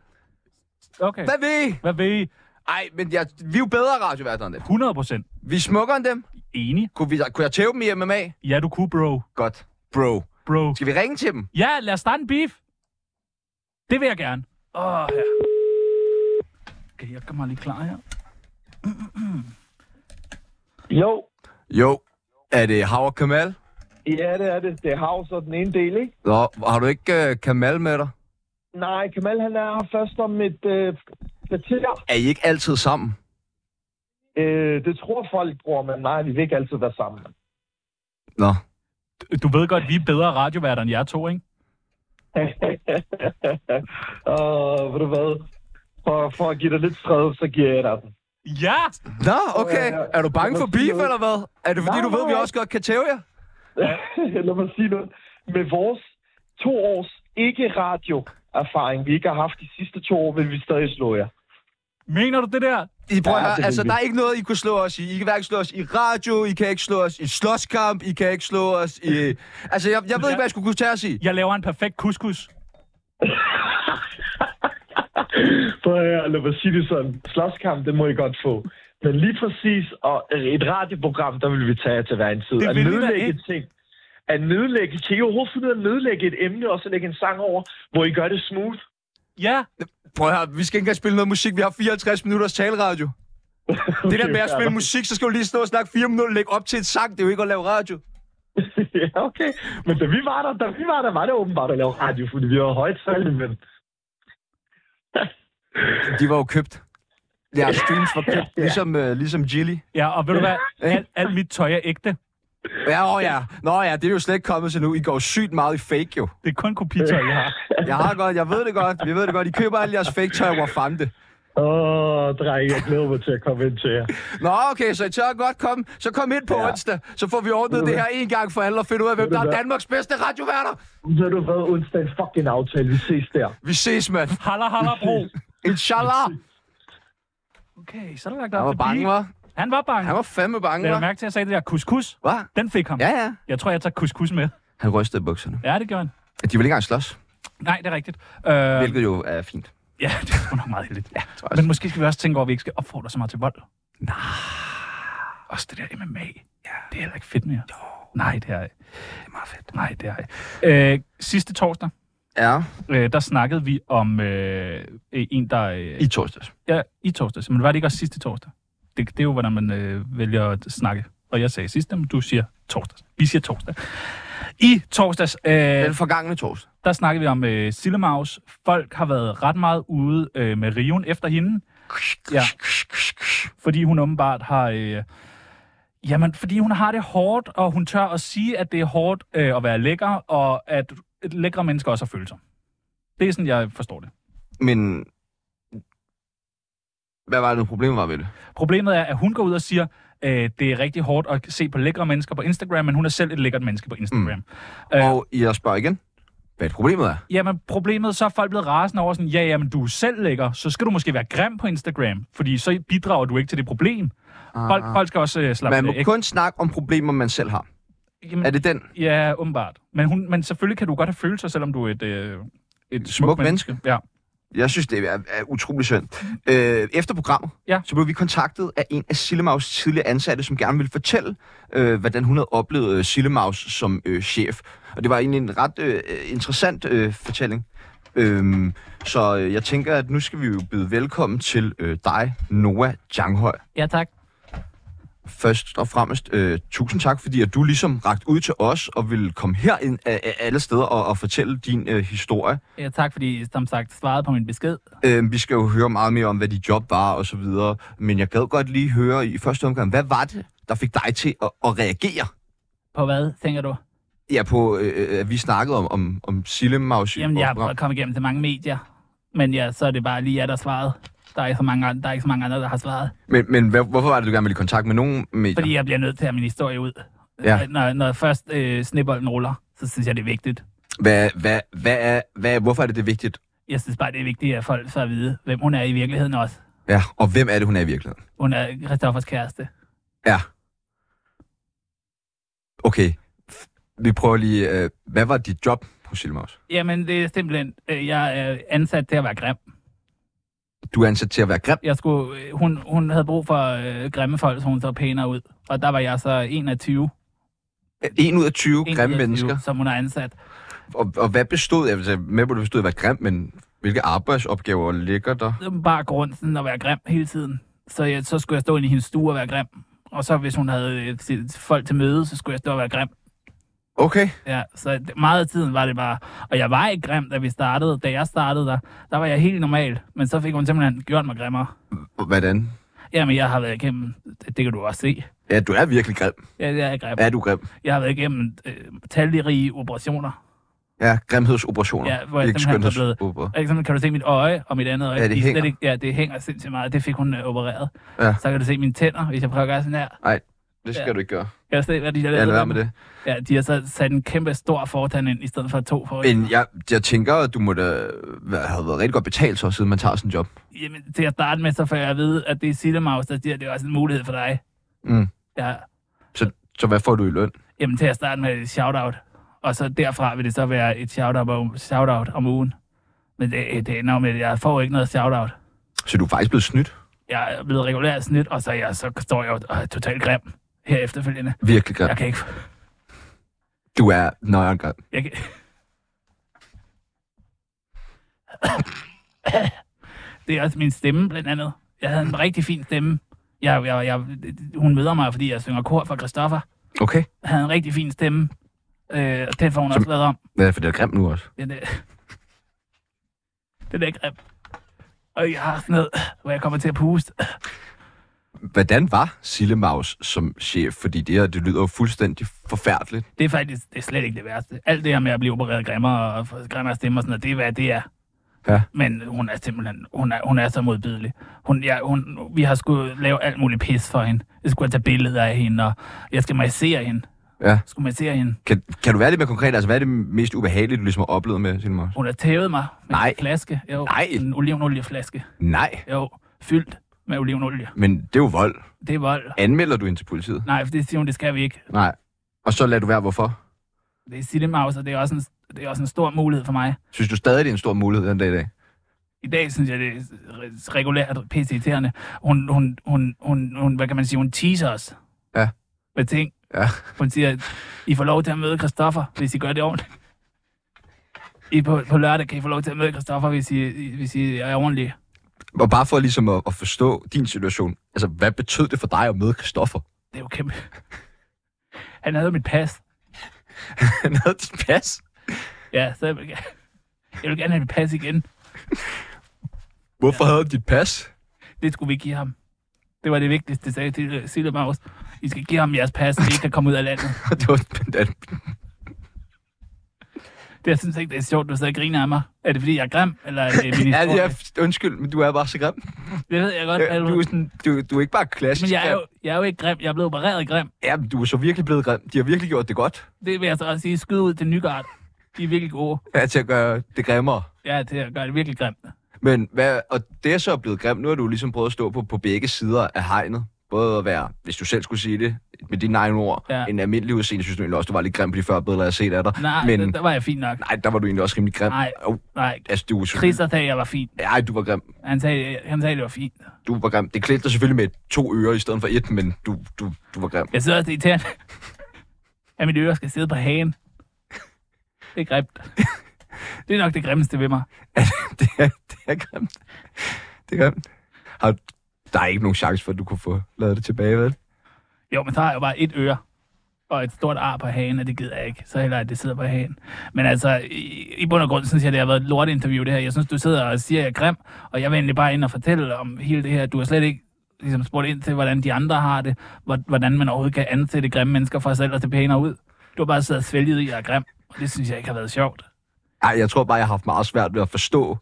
D: Okay.
C: Hvad ved I?
D: Hvad ved I?
C: Ej, men jeg, vi er jo bedre radioværter end dem.
D: 100 procent.
C: Vi er smukkere end dem.
D: Enig.
C: Kunne, vi, kunne jeg tæve dem i MMA?
D: Ja, du kunne, bro.
C: Godt. Bro.
D: Bro.
C: Skal vi ringe til dem?
D: Ja, lad os starte en beef. Det vil jeg gerne. Åh, oh, ja. Okay, jeg gør mig lige klar her.
N: Jo,
C: Jo. Er det Hav og Kamal?
N: ja, det er det. Det er Havs og den ene del, ikke?
C: Nå, har du ikke uh, Kamal med dig?
N: Nej, Kamal han er her først om et øh, kvarter.
C: Er I ikke altid sammen?
N: Øh, det tror folk, bror, men nej, vi vil ikke altid være sammen.
C: Nå.
D: Du ved godt, vi er bedre radioværter end jer to, ikke?
N: Og ved du hvad? For, for at give dig lidt fred, så giver jeg dig den. Øh,
D: Ja!
C: Nå, Ah, okay. Er du bange for beef, eller hvad? Er det fordi, du
N: Nej,
C: ved,
N: nej.
C: vi også godt kan tæve jer?
N: Lad mig sige noget. Med vores to års ikke-radio-erfaring, vi ikke har haft de sidste to år, vil vi stadig slå jer.
D: Mener du det der?
C: I prøver
N: Ja,
C: ja,
N: det
C: her,
N: vil
C: altså,
N: vi.
C: der er ikke noget, I kunne slå os i. I kan hverken slå os i radio, I kan ikke slå os i slåskamp, I kan ikke slå os i... Altså, jeg, jeg ved ikke, hvad jeg skulle kunne tage os i.
D: Jeg laver en perfekt couscous.
N: Prøv at høre, lad mig sige det sådan. Slåskamp, det må I godt få. Men lige præcis, og et radioprogram, der vil vi tage jer til hver en tid.
D: Det
N: at
D: vil I da
N: nedlægge
D: ikke.
N: et ting. At nedlægge, kan I overhovedet finde ud af at nedlægge et emne, og så lægge en sang over, hvor I gør det smooth?
D: Ja.
C: Prøv at høre, vi skal ikke engang spille noget musik. Vi har 54 minutters taleradio. Det der med at spille musik, så skal du lige stå og snakke fire minutter og lægge op til et sang. Det er jo ikke at lave radio.
N: ja, okay. Men da vi var der, da vi var der, var det åbenbart at lave radio, fordi vi var højt salg, men...
C: De var jo købt. Ja, streams var købt, ligesom, øh, ligesom Jilly.
D: Ja, og ved du hvad? Alt, alt mit tøj er ægte.
C: Ja, åh ja. Nå ja, det er jo slet ikke kommet til nu. I går sygt meget i fake, jo.
D: Det er kun kopitøj, jeg har.
C: Jeg har godt, jeg ved det godt. Vi ved det godt. I køber alle jeres fake tøj, hvor fanden det.
N: Åh, oh, dreng, jeg glæder mig til at komme ind til jer.
C: Nå, okay, så I tør godt komme. Så kom ind på ja. onsdag, så får vi ordnet det her en gang for alle og finde ud af, hvem
N: Ved du
C: der er
N: hvad?
C: Danmarks bedste radioværter.
N: Ved du hvad, onsdag er en fucking aftale. Vi ses der.
C: Vi ses, mand.
D: Halla, halla, bro.
C: Inshallah.
D: Okay, så er der lagt
C: Han
D: op
C: var
D: til
C: bange,
D: beef.
C: var.
D: Han var bange.
C: Han var fandme bange,
D: Lad du
C: var.
D: mærke til, at jeg sagde det der couscous?
C: Hvad?
D: Den fik ham.
C: Ja, ja.
D: Jeg tror, jeg tager couscous med.
C: Han rystede i bukserne.
D: Ja, det gjorde han.
C: De ville ikke engang slås,
D: Nej, det er rigtigt. Øh,
C: hvilket jo er fint.
D: ja, det er sgu nok meget heldigt. Ja,
C: tror
D: Men måske skal vi også tænke over, at vi ikke skal opfordre så meget til vold.
C: Nej.
D: Også det der MMA. Ja. Det er heller ikke fedt mere. Jo. Nej, det er Det er
C: meget fedt.
D: Nej, det er ikke. Øh, sidste torsdag,
C: Ja,
D: øh, der snakkede vi om øh, en, der... Øh,
C: i torsdags.
D: Ja, i torsdags. Men var det ikke også sidste torsdag? Det, det er jo, hvordan man øh, vælger at snakke. Og jeg sagde sidste, men du siger torsdags. Vi siger torsdag. I torsdags, øh,
C: Den forgangne torsdag.
D: der snakkede vi om øh, Sillemaus. Folk har været ret meget ude øh, med riven efter hende. Ja. Fordi hun åbenbart har... Øh, jamen, fordi hun har det hårdt, og hun tør at sige, at det er hårdt øh, at være lækker, og at lækre mennesker også har følelser. Det er sådan, jeg forstår det.
C: Men... Hvad var det, nu, problemet var ved det?
D: Problemet er, at hun går ud og siger, øh, det er rigtig hårdt at se på lækre mennesker på Instagram, men hun er selv et lækkert menneske på Instagram. Mm.
C: Og jeg spørger igen, hvad problemet er?
D: Jamen, problemet så er folk blevet rasende over sådan, ja, jamen, du er selv lækker, så skal du måske være grim på Instagram, fordi så bidrager du ikke til det problem. Folk, folk skal også øh, slappe
C: Ah. Man må
D: af, ikke?
C: kun snakke om problemer, man selv har.
D: Jamen,
C: Er det den?
D: Ja, åbenbart. Men, hun, men selvfølgelig kan du godt have følelser, selvom du er et, øh, et
C: Smukt
D: smukt
C: menneske.
D: menneske. Ja.
C: Jeg synes, det er, er utrolig synd. Øh, efter programmet,
D: ja.
C: så blev vi kontaktet af en af Sillemaus tidligere ansatte, som gerne ville fortælle, øh, hvordan hun havde oplevet øh, Sillemaus som øh, chef. Og det var egentlig en ret øh, interessant øh, fortælling. Øhm, så øh, jeg tænker, at nu skal vi jo byde velkommen til øh, dig, Noah Janghøj.
D: Ja, tak.
C: Først og fremmest, øh, tusind tak, fordi at du ligesom rakt ud til os og ville komme herind af, af alle steder og, og fortælle din øh, historie.
D: ja. Tak, fordi I som sagt svarede på min besked.
C: Øh, vi skal jo høre meget mere om, hvad dit job var og så videre, men jeg gad godt lige høre i første omgang, hvad var det, der fik dig til at, at reagere?
M: På hvad, tænker du?
C: Ja, på, øh, øh, at vi snakkede om, om, om Sillemaus.
M: Jamen, jeg har prøvet at komme igennem til mange medier. Men ja, så er det bare lige jer, der svarede. Der er ikke så mange, andre- der, er ikke så mange andre, der har svaret.
C: Men, men hvad, hvorfor var det, du gerne ville i kontakt med nogen medier?
M: Fordi jeg bliver nødt til at have min historie ud.
C: Ja.
M: Når, når først øh, snebolden ruller, så synes jeg, det er vigtigt.
C: Hvad, hvad, hvad er, hvad, hvorfor er det, det er vigtigt?
M: Jeg synes bare, det er vigtigt, at folk får at vide, hvem hun er i virkeligheden også.
C: Ja, og hvem er det, hun er i virkeligheden?
M: Hun er Christoffers kæreste.
C: Ja. Okay, vi prøver lige... Øh, hvad var dit job på Sillemaus?
M: Jamen, det er simpelthen, øh, jeg er ansat til at være grim.
C: Du er ansat til at være grim.
M: Jeg skulle, øh, hun, hun havde brug for øh, grimme folk, så hun så pænere ud. Og der var jeg så 21.
C: 1 Øh, ud af 20 grimme mennesker.
M: Som hun har ansat.
C: Og, og hvad bestod... Jeg vil sige, med på, det bestod af at være grim, men hvilke arbejdsopgaver ligger der?
M: Det var Bare grund at være grim hele tiden. Så, jeg, så skulle jeg stå inde i hendes stue og være grim. Og så hvis hun havde øh, til- folk til møde, så skulle jeg stå og være grim.
C: Okay.
M: Ja, så det- meget af tiden var det bare... Og jeg var ikke grim, da vi startede. Da jeg startede der, der var jeg helt normal. Men så fik hun simpelthen gjort mig grimmere.
C: Hvordan?
M: Jamen, jeg har været igennem... Det, det kan du også se.
C: Ja, du er virkelig grim.
M: Ja, jeg er grim.
C: Er du grim?
M: Jeg har været igennem øh, talrige operationer.
C: Ja, grimhedsoperationer.
M: Ja, hvor jeg
C: ikke
M: simpelthen er blevet...
C: skønhedsoperer.
M: Eksempel, kan du se mit øje og mit andet øje?
C: Ja, det
M: De er slet
C: hænger.
M: Ikke, ja, det hænger sindssygt meget. Det fik hun øh, opereret.
C: Ja.
M: Så kan du se mine tænder, hvis jeg prøver at gøre sådan her.
C: Nej, det skal
M: Ja.
C: du ikke gøre.
M: Kan du se, hvad de har
C: Ja,
M: lavet?
C: lad være
M: dem?
C: med det.
M: Ja, de har så sat en kæmpe stor fortand ind, i stedet for to fortand.
C: Men jeg, jeg tænker, at du må da være- have været rigtig godt betalt så, siden man tager sådan en job.
M: Jamen, til at starte med, så får jeg at vide, at det er Sillemaus, der siger, at det er også en mulighed for dig.
C: Mm.
M: Ja,
C: Så, så hvad får du i løn?
M: jamen, til at starte med et shout-out. Og så derfra vil det så være et shout-out om, shout-out om ugen. Men det, det ender jo med, at jeg får ikke noget shout-out.
C: Så du er faktisk blevet snydt.
M: jeg er blevet regulært snit, og så, er jeg, så står jeg jo og er totalt grim her efterfølgende.
C: Virkelig grim.
M: Jeg kan ikke...
C: Du er nøjere grim.
M: Jeg kan... det er også min stemme, blandt andet. Jeg havde en rigtig fin stemme. Jeg, jeg, jeg, hun møder mig, fordi jeg synger kor for Christoffer.
C: Okay.
M: Jeg havde en rigtig fin stemme. Øh, og det får hun også lavet om.
C: Hvad er for det er grim nu også?
M: Den er, den er grim. Og jeg har sådan noget, hvor jeg kommer til at puste.
C: Hvordan var Sille Maus som chef? Fordi det her, det lyder jo fuldstændig forfærdeligt.
M: Det er faktisk det er slet ikke det værste. Alt det her med at blive opereret grimmere og få grimmere stemme og sådan noget, det er hvad det er.
C: Ja.
M: Men hun er simpelthen, hun er, hun er så modbydelig. Hun, ja, hun, vi har skulle lave alt muligt pis for hende. Jeg skulle tage billeder af hende, og jeg skal massere hende.
C: Ja.
M: Jeg skulle massere hende.
C: Kan, kan du være lidt mere konkret? Altså, hvad er det mest ubehagelige, du ligesom har oplevet med Sille Maus?
M: Hun har tævet mig med Nej. en flaske. Jo, Nej. En olivenolie-flaske.
C: Nej.
M: Jo, fyldt med olivenolie.
C: Men det er jo vold.
M: Det er vold.
C: Anmelder du hende til politiet?
M: Nej, for det siger hun, det skal vi ikke.
C: Nej. Og så lader du være, hvorfor?
M: Det er Sillemaus, og det er, også en, det er også en stor mulighed for mig.
C: Synes du stadig, det er en stor mulighed den dag i dag?
M: I dag synes jeg, det er re- regulært pisse irriterende. Hun, hun, hun, hun, hun, hvad kan man sige, hun teaser os
C: Ja.
M: med ting.
C: Ja.
M: Hun siger, at I får lov til at møde Christoffer, hvis I gør det ordentligt. I på, på lørdag kan I få lov til at møde Christoffer, hvis I, I- hvis I er ordentlige.
C: Og bare for ligesom at, at forstå din situation, altså hvad betød det for dig at møde Christoffer?
M: Det er jo kæmpe. Han havde mit pas.
C: Han havde dit pas?
M: Ja, så jeg vil, gerne- jeg vil gerne have mit pas igen.
C: Hvorfor ja. havde du dit pas?
M: Det skulle vi give ham. Det var det vigtigste, sagde til Sille Maus. I skal give ham jeres pas, så I ikke kan komme ud af landet.
C: det var
M: Det, jeg synes ikke, det er sjovt, du sidder og griner af mig. Er det, fordi jeg er grim, eller er det min
C: Ja,
M: historie?
C: ja, undskyld, men du er bare så grim.
M: Det ved jeg godt.
C: Ja, du, er sådan, du, du er ikke bare klassisk
M: Men jeg er,
C: grim.
M: jo, jeg er jo ikke grim. Jeg er blevet opereret grim.
C: Ja, men du er så virkelig blevet grim. De har virkelig gjort det godt.
M: Det vil jeg så også sige. Skyd ud til Nygaard. De er virkelig gode.
C: Ja, til at gøre det grimmere.
M: Ja, til at gøre det virkelig grimt.
C: Men hvad, og det er så blevet grimt. Nu har du ligesom prøvet at stå på, på begge sider af hegnet. Både at være, hvis du selv skulle sige det, med dine egne ord,
M: Ja.
C: ja. en almindelig udseende, synes du egentlig også, du var lidt grim på de før billeder, jeg har set af dig.
M: Nej,
C: men,
M: men... der, der var jeg fint nok.
C: nej, der var du egentlig også rimelig grim.
M: Nej,
C: oh,
M: nej.
C: Altså, du, er selvfølgelig-
M: Christer sagde, at jeg var fint.
C: Nej, du var grim.
M: Han sagde, han sagde, det var fint.
C: Du var grim. Det klædte dig selvfølgelig med to ører i stedet for et, men du, du, du var grim.
M: Jeg sidder også det er irriterende, at mit øre skal sidde på hagen. Det er grimt. Det er nok det grimmeste ved mig.
C: det, er, det er grimt. Det er grimt. Har, der er ikke nogen chance for, at du kunne få lavet det tilbage, vel?
M: Jo, men så har jeg jo bare et øre og et stort ar på hagen, og det gider jeg ikke. Så heller, at det sidder på hagen. Men altså, i, i bund og grund synes jeg, det har været et lorteinterview, det her. Jeg synes, du sidder og siger, at jeg er grim, og jeg vil egentlig bare ind og fortælle om hele det her. Du har slet ikke
D: ligesom spurgt ind til, hvordan de andre har det, hvor- hvordan man overhovedet kan ansætte grimme mennesker for at sælge det pænere ud. Du har bare siddet og svælget i, at jeg er grim, og det synes jeg ikke har været sjovt.
C: Ej, jeg tror bare, jeg har haft meget svært ved at forstå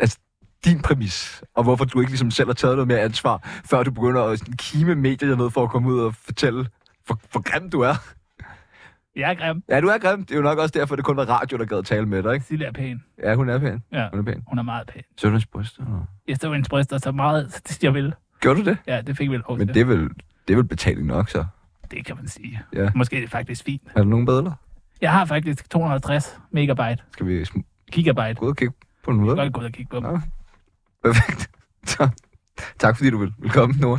C: altså, din præmis, og hvorfor du ikke ligesom selv har taget noget mere ansvar, før du begynder at sådan, kime medier ned for at komme ud og fortælle, hvor, hvor grim du er.
D: Jeg er grim.
C: Ja, du er grim. Det er jo nok også derfor, det kun var radio, der gad at tale med dig, ikke?
D: Sille er pæn.
C: Ja, hun er pæn.
D: Ja,
C: Hun er pæn.
D: hun er meget pæn.
C: Så er du hendes bryster. og-
D: Jeg stod hendes bryster så meget, så det jeg ville.
C: Gjorde du det?
D: Ja, det fik vi vel lov
C: Men
D: til.
C: det er vel, det er vel betaling nok, så.
D: det kan man sige.
C: Ja.
D: Måske er det faktisk fint.
C: Er der nogen bedre?
D: Jeg har faktisk 250 megabyte.
C: Skal vi sm-
D: Gigabyte.
C: gå ud og kigge på en måde?
D: Jeg kan gå ud og kigge på dem.
C: Perfekt. Så, tak fordi du vil. Velkommen, Nora.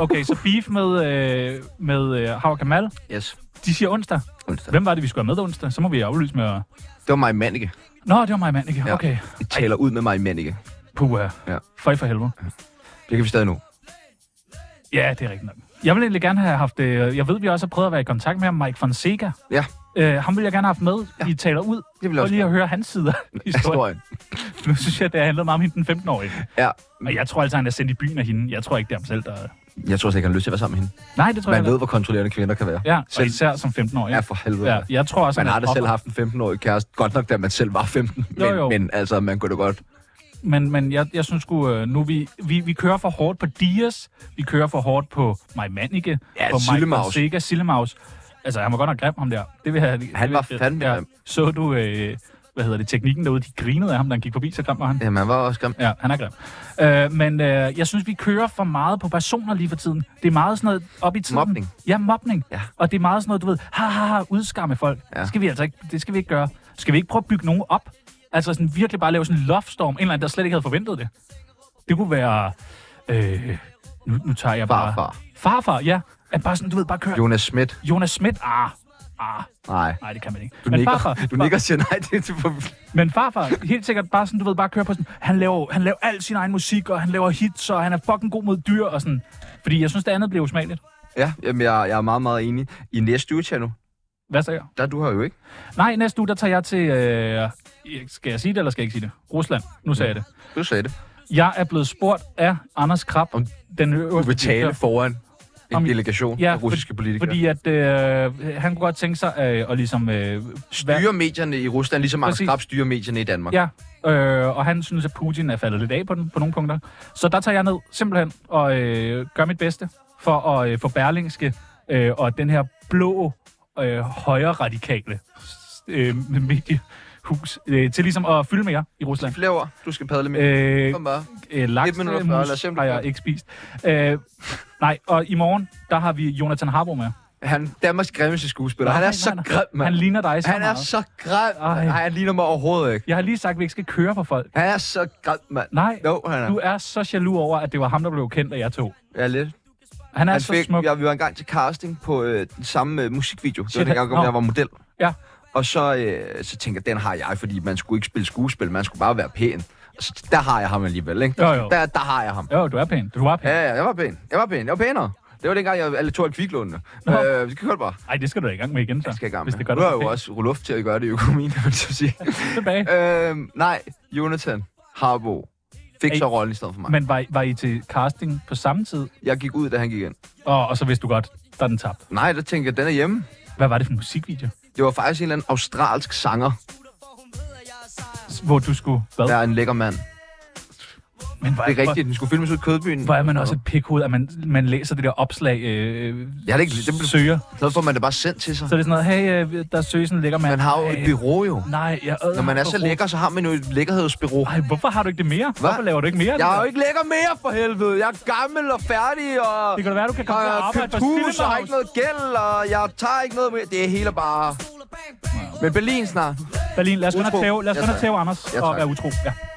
D: Okay, så beef med, øh, med øh, Hav Kamal.
C: Yes.
D: De siger onsdag. onsdag. Hvem var det, vi skulle have med onsdag? Så må vi aflyse med... at-
C: Det var mig Manneke.
D: Nå, det var mig, mand. Ikke? Okay.
C: Jeg taler ud med mig Manneke.
D: Puha.
C: Ja.
D: Føj for helvede.
C: Det kan vi stadig nu.
D: Ja, det er rigtigt nok. Jeg vil egentlig gerne have haft... Øh, jeg ved, vi også har prøvet at være i kontakt med ham, Mike Fonseca.
C: Ja.
D: Øh, ham vil jeg gerne have haft med. Ja. I taler ud.
C: Det vil
D: og lige at høre hans side af historien. nu synes jeg, det handler meget om hende, den 15-årige.
C: Ja.
D: Og jeg tror altså, han er sendt i byen af hende. Jeg tror ikke, det er ham selv, der...
C: Jeg tror slet ikke, han har lyst til at være sammen med hende.
D: Nej, det tror jeg
C: Man
D: heller
C: ved, hvor kontrollerende kvinder kan være.
D: Ja, og især som 15-årig.
C: Ja, for helvede.
D: Ja, jeg tror også,
C: man
D: han er
C: har da selv
D: offer.
C: haft en 15-årig kæreste. Godt nok, da man selv var 15. Men,
D: Jo, jo.
C: men altså, man kunne da godt.
D: Men, men jeg, jeg synes sgu, øh, nu vi, vi, vi kører for hårdt på Dias, vi kører for hårdt på Maj Mannike,
C: Ja,
D: på
C: Sillemaus.
D: Fonseca, Sillemaus. Altså, han var godt nok grim, ham der. Det vil jeg,
C: Han var fandme
D: ja.
C: grim.
D: Så du, øh, hvad hedder det, teknikken derude, de grinede af ham, da han gik forbi, så grim var han.
C: Jamen, han var også grim.
D: Ja, han er grim. Øh, men øh, jeg synes, vi kører for meget på personer lige for tiden. Det er meget sådan noget op i tiden.
C: Mobning.
D: Ja, mobning.
C: Ja.
D: Og det er meget sådan noget, du ved, ha, ha, ha, udskamme folk.
C: Ja.
D: Det skal vi altså ikke, det skal vi ikke gøre. Skal vi ikke prøve at bygge nogen op? Altså sådan virkelig bare lave sådan en love storm. En eller anden, der slet ikke havde forventet det. Det kunne være... Øh, nu, nu tager jeg bare...
C: Farfar.
D: Farfar, ja. At bare sådan, du ved, bare køre...
C: Jonas Schmidt.
D: Jonas Schmidt, ah, ah.
C: Nej.
D: Nej, det kan man ikke.
C: Du nikker, du nikker og siger nej. Det er til for...
D: Men farfar, helt sikkert bare sådan, du ved, bare køre på sådan, han laver, han laver al sin egen musik, og han laver hits, og han er fucking god mod dyr, og sådan. Fordi jeg synes, det andet blev usmageligt.
C: Ja, jamen, jeg, jeg er meget, meget enig. I næste uge, Tjerno,
D: Hvad så jeg?
C: der er du her jo ikke.
D: Nej, næste uge, der tager jeg til, øh, skal jeg sige det, eller skal jeg ikke sige det? Rusland. Nu sagde jeg det.
C: Du sagde det.
D: Jeg er blevet spurgt af Anders Krab, om den øverste...
C: Du vil tale foran en
D: Om-
C: delegation
D: ja,
C: af russiske politikere.
D: Fordi at øh, han kunne godt tænke sig øh, at ligesom... Øh,
C: styrer medierne i Rusland, ligesom Anders
D: Præcis.
C: Krab styrer medierne i Danmark.
D: Ja, øh, og han synes, at Putin er faldet lidt af på den på nogle punkter. Så der tager jeg ned simpelthen og øh, gør mit bedste for at øh, få Berlingske øh, og den her blå øh, højre radikale øh, mediehus øh, til ligesom at fylde mere i Rusland.
C: Flere år, du skal padle med.
D: Øh,
C: Kom bare.
D: øh,
C: Et minut og fyrre, lad os
D: laks
C: se, om du
D: har
C: kan.
D: jeg ikke spist. Øh, nej, og i morgen, der har vi Jonathan Harbo med.
C: Han Danmarks grimmeste skuespiller. Han er så grim, mand.
D: Han ligner dig så
C: Han er
D: meget.
C: så grim.
D: Ej.
C: Nej, han ligner mig overhovedet ikke.
D: Jeg har lige sagt, at vi ikke skal køre på folk.
C: Han er så grim, mand.
D: Nej,
C: Jo, han er.
D: du er så jaloux over, at det var ham, der blev kendt af jer to.
C: Ja, lidt.
D: Han er
C: han
D: så smuk.
C: Jeg, vi var engang til casting på øh, den samme øh, musikvideo. Det
D: Shit,
C: var dengang,
D: han-
C: no.
D: nå.
C: jeg var model.
D: Ja.
C: Og så, øh, så tænker jeg, den har jeg, fordi man skulle ikke spille skuespil, man skulle bare være pæn. Og så, der har jeg ham alligevel, ikke?
D: Jo, jo.
C: Der, der har jeg ham.
D: Jo, du er pæn. Du var pæn.
C: Ja, ja, jeg var pæn. Jeg var pæn. Jeg var pænere. Det var dengang, jeg alle tog et kviklånene. Øh, det kan godt bare.
D: Ej, det skal du da i gang med igen, så.
C: Jeg skal i gang
D: Hvis
C: med.
D: det gør
C: du
D: dig
C: har jo
D: pæn.
C: også luft til at gøre det i økonomien, kan man så sige.
D: Tilbage.
C: Øhm, nej, Jonathan Harbo fik
D: Ej.
C: så rollen i stedet for mig.
D: Men var, I- var I til casting på samme tid?
C: Jeg gik ud, da han gik ind.
D: Og, og så vidste du godt, der er den tabt.
C: Nej, der tænkte jeg, den er hjemme.
D: Hvad var det for en musikvideo?
C: Det var faktisk en eller anden australsk sanger,
D: Hvor du skulle... Hvad?
C: der er en lækker mand.
D: Men var,
C: Det er rigtigt, den skulle filmes ud i Kødbyen.
D: Hvor er man også et pikhoved, at man, man læser det der opslag, øh,
C: Jeg har det ikke... Det blev,
D: søger.
C: så får man det bare sendt til sig.
D: Så er det sådan noget, hey, øh, der søges en lækker mand.
C: Man har jo et
D: Øh,
C: bureau jo.
D: Nej, jeg... Øh,
C: Når man er så lækker, så har man jo et lækkerhedsbureau.
D: Ej, hvorfor har du ikke det mere? Hva? Hvorfor laver du ikke mere? af det
C: Jeg er
D: der?
C: jo ikke lækker mere for helvede. Jeg er gammel og færdig og...
D: Det kan da være, du kan komme til at
C: har
D: arbejde
C: købt
D: for
C: hus og
D: Stillemarvs.
C: har ikke noget gæld, og jeg tager ikke noget mere. Det er hele bare... Men Berlin snart.
D: Berlin, lad os gå ind og
C: Utro.
D: tæve, lad os
C: Ja,
D: gå ind og
C: tak.
D: tæve Anders
C: Ja,
D: og
C: tak.
D: være utro. Ja.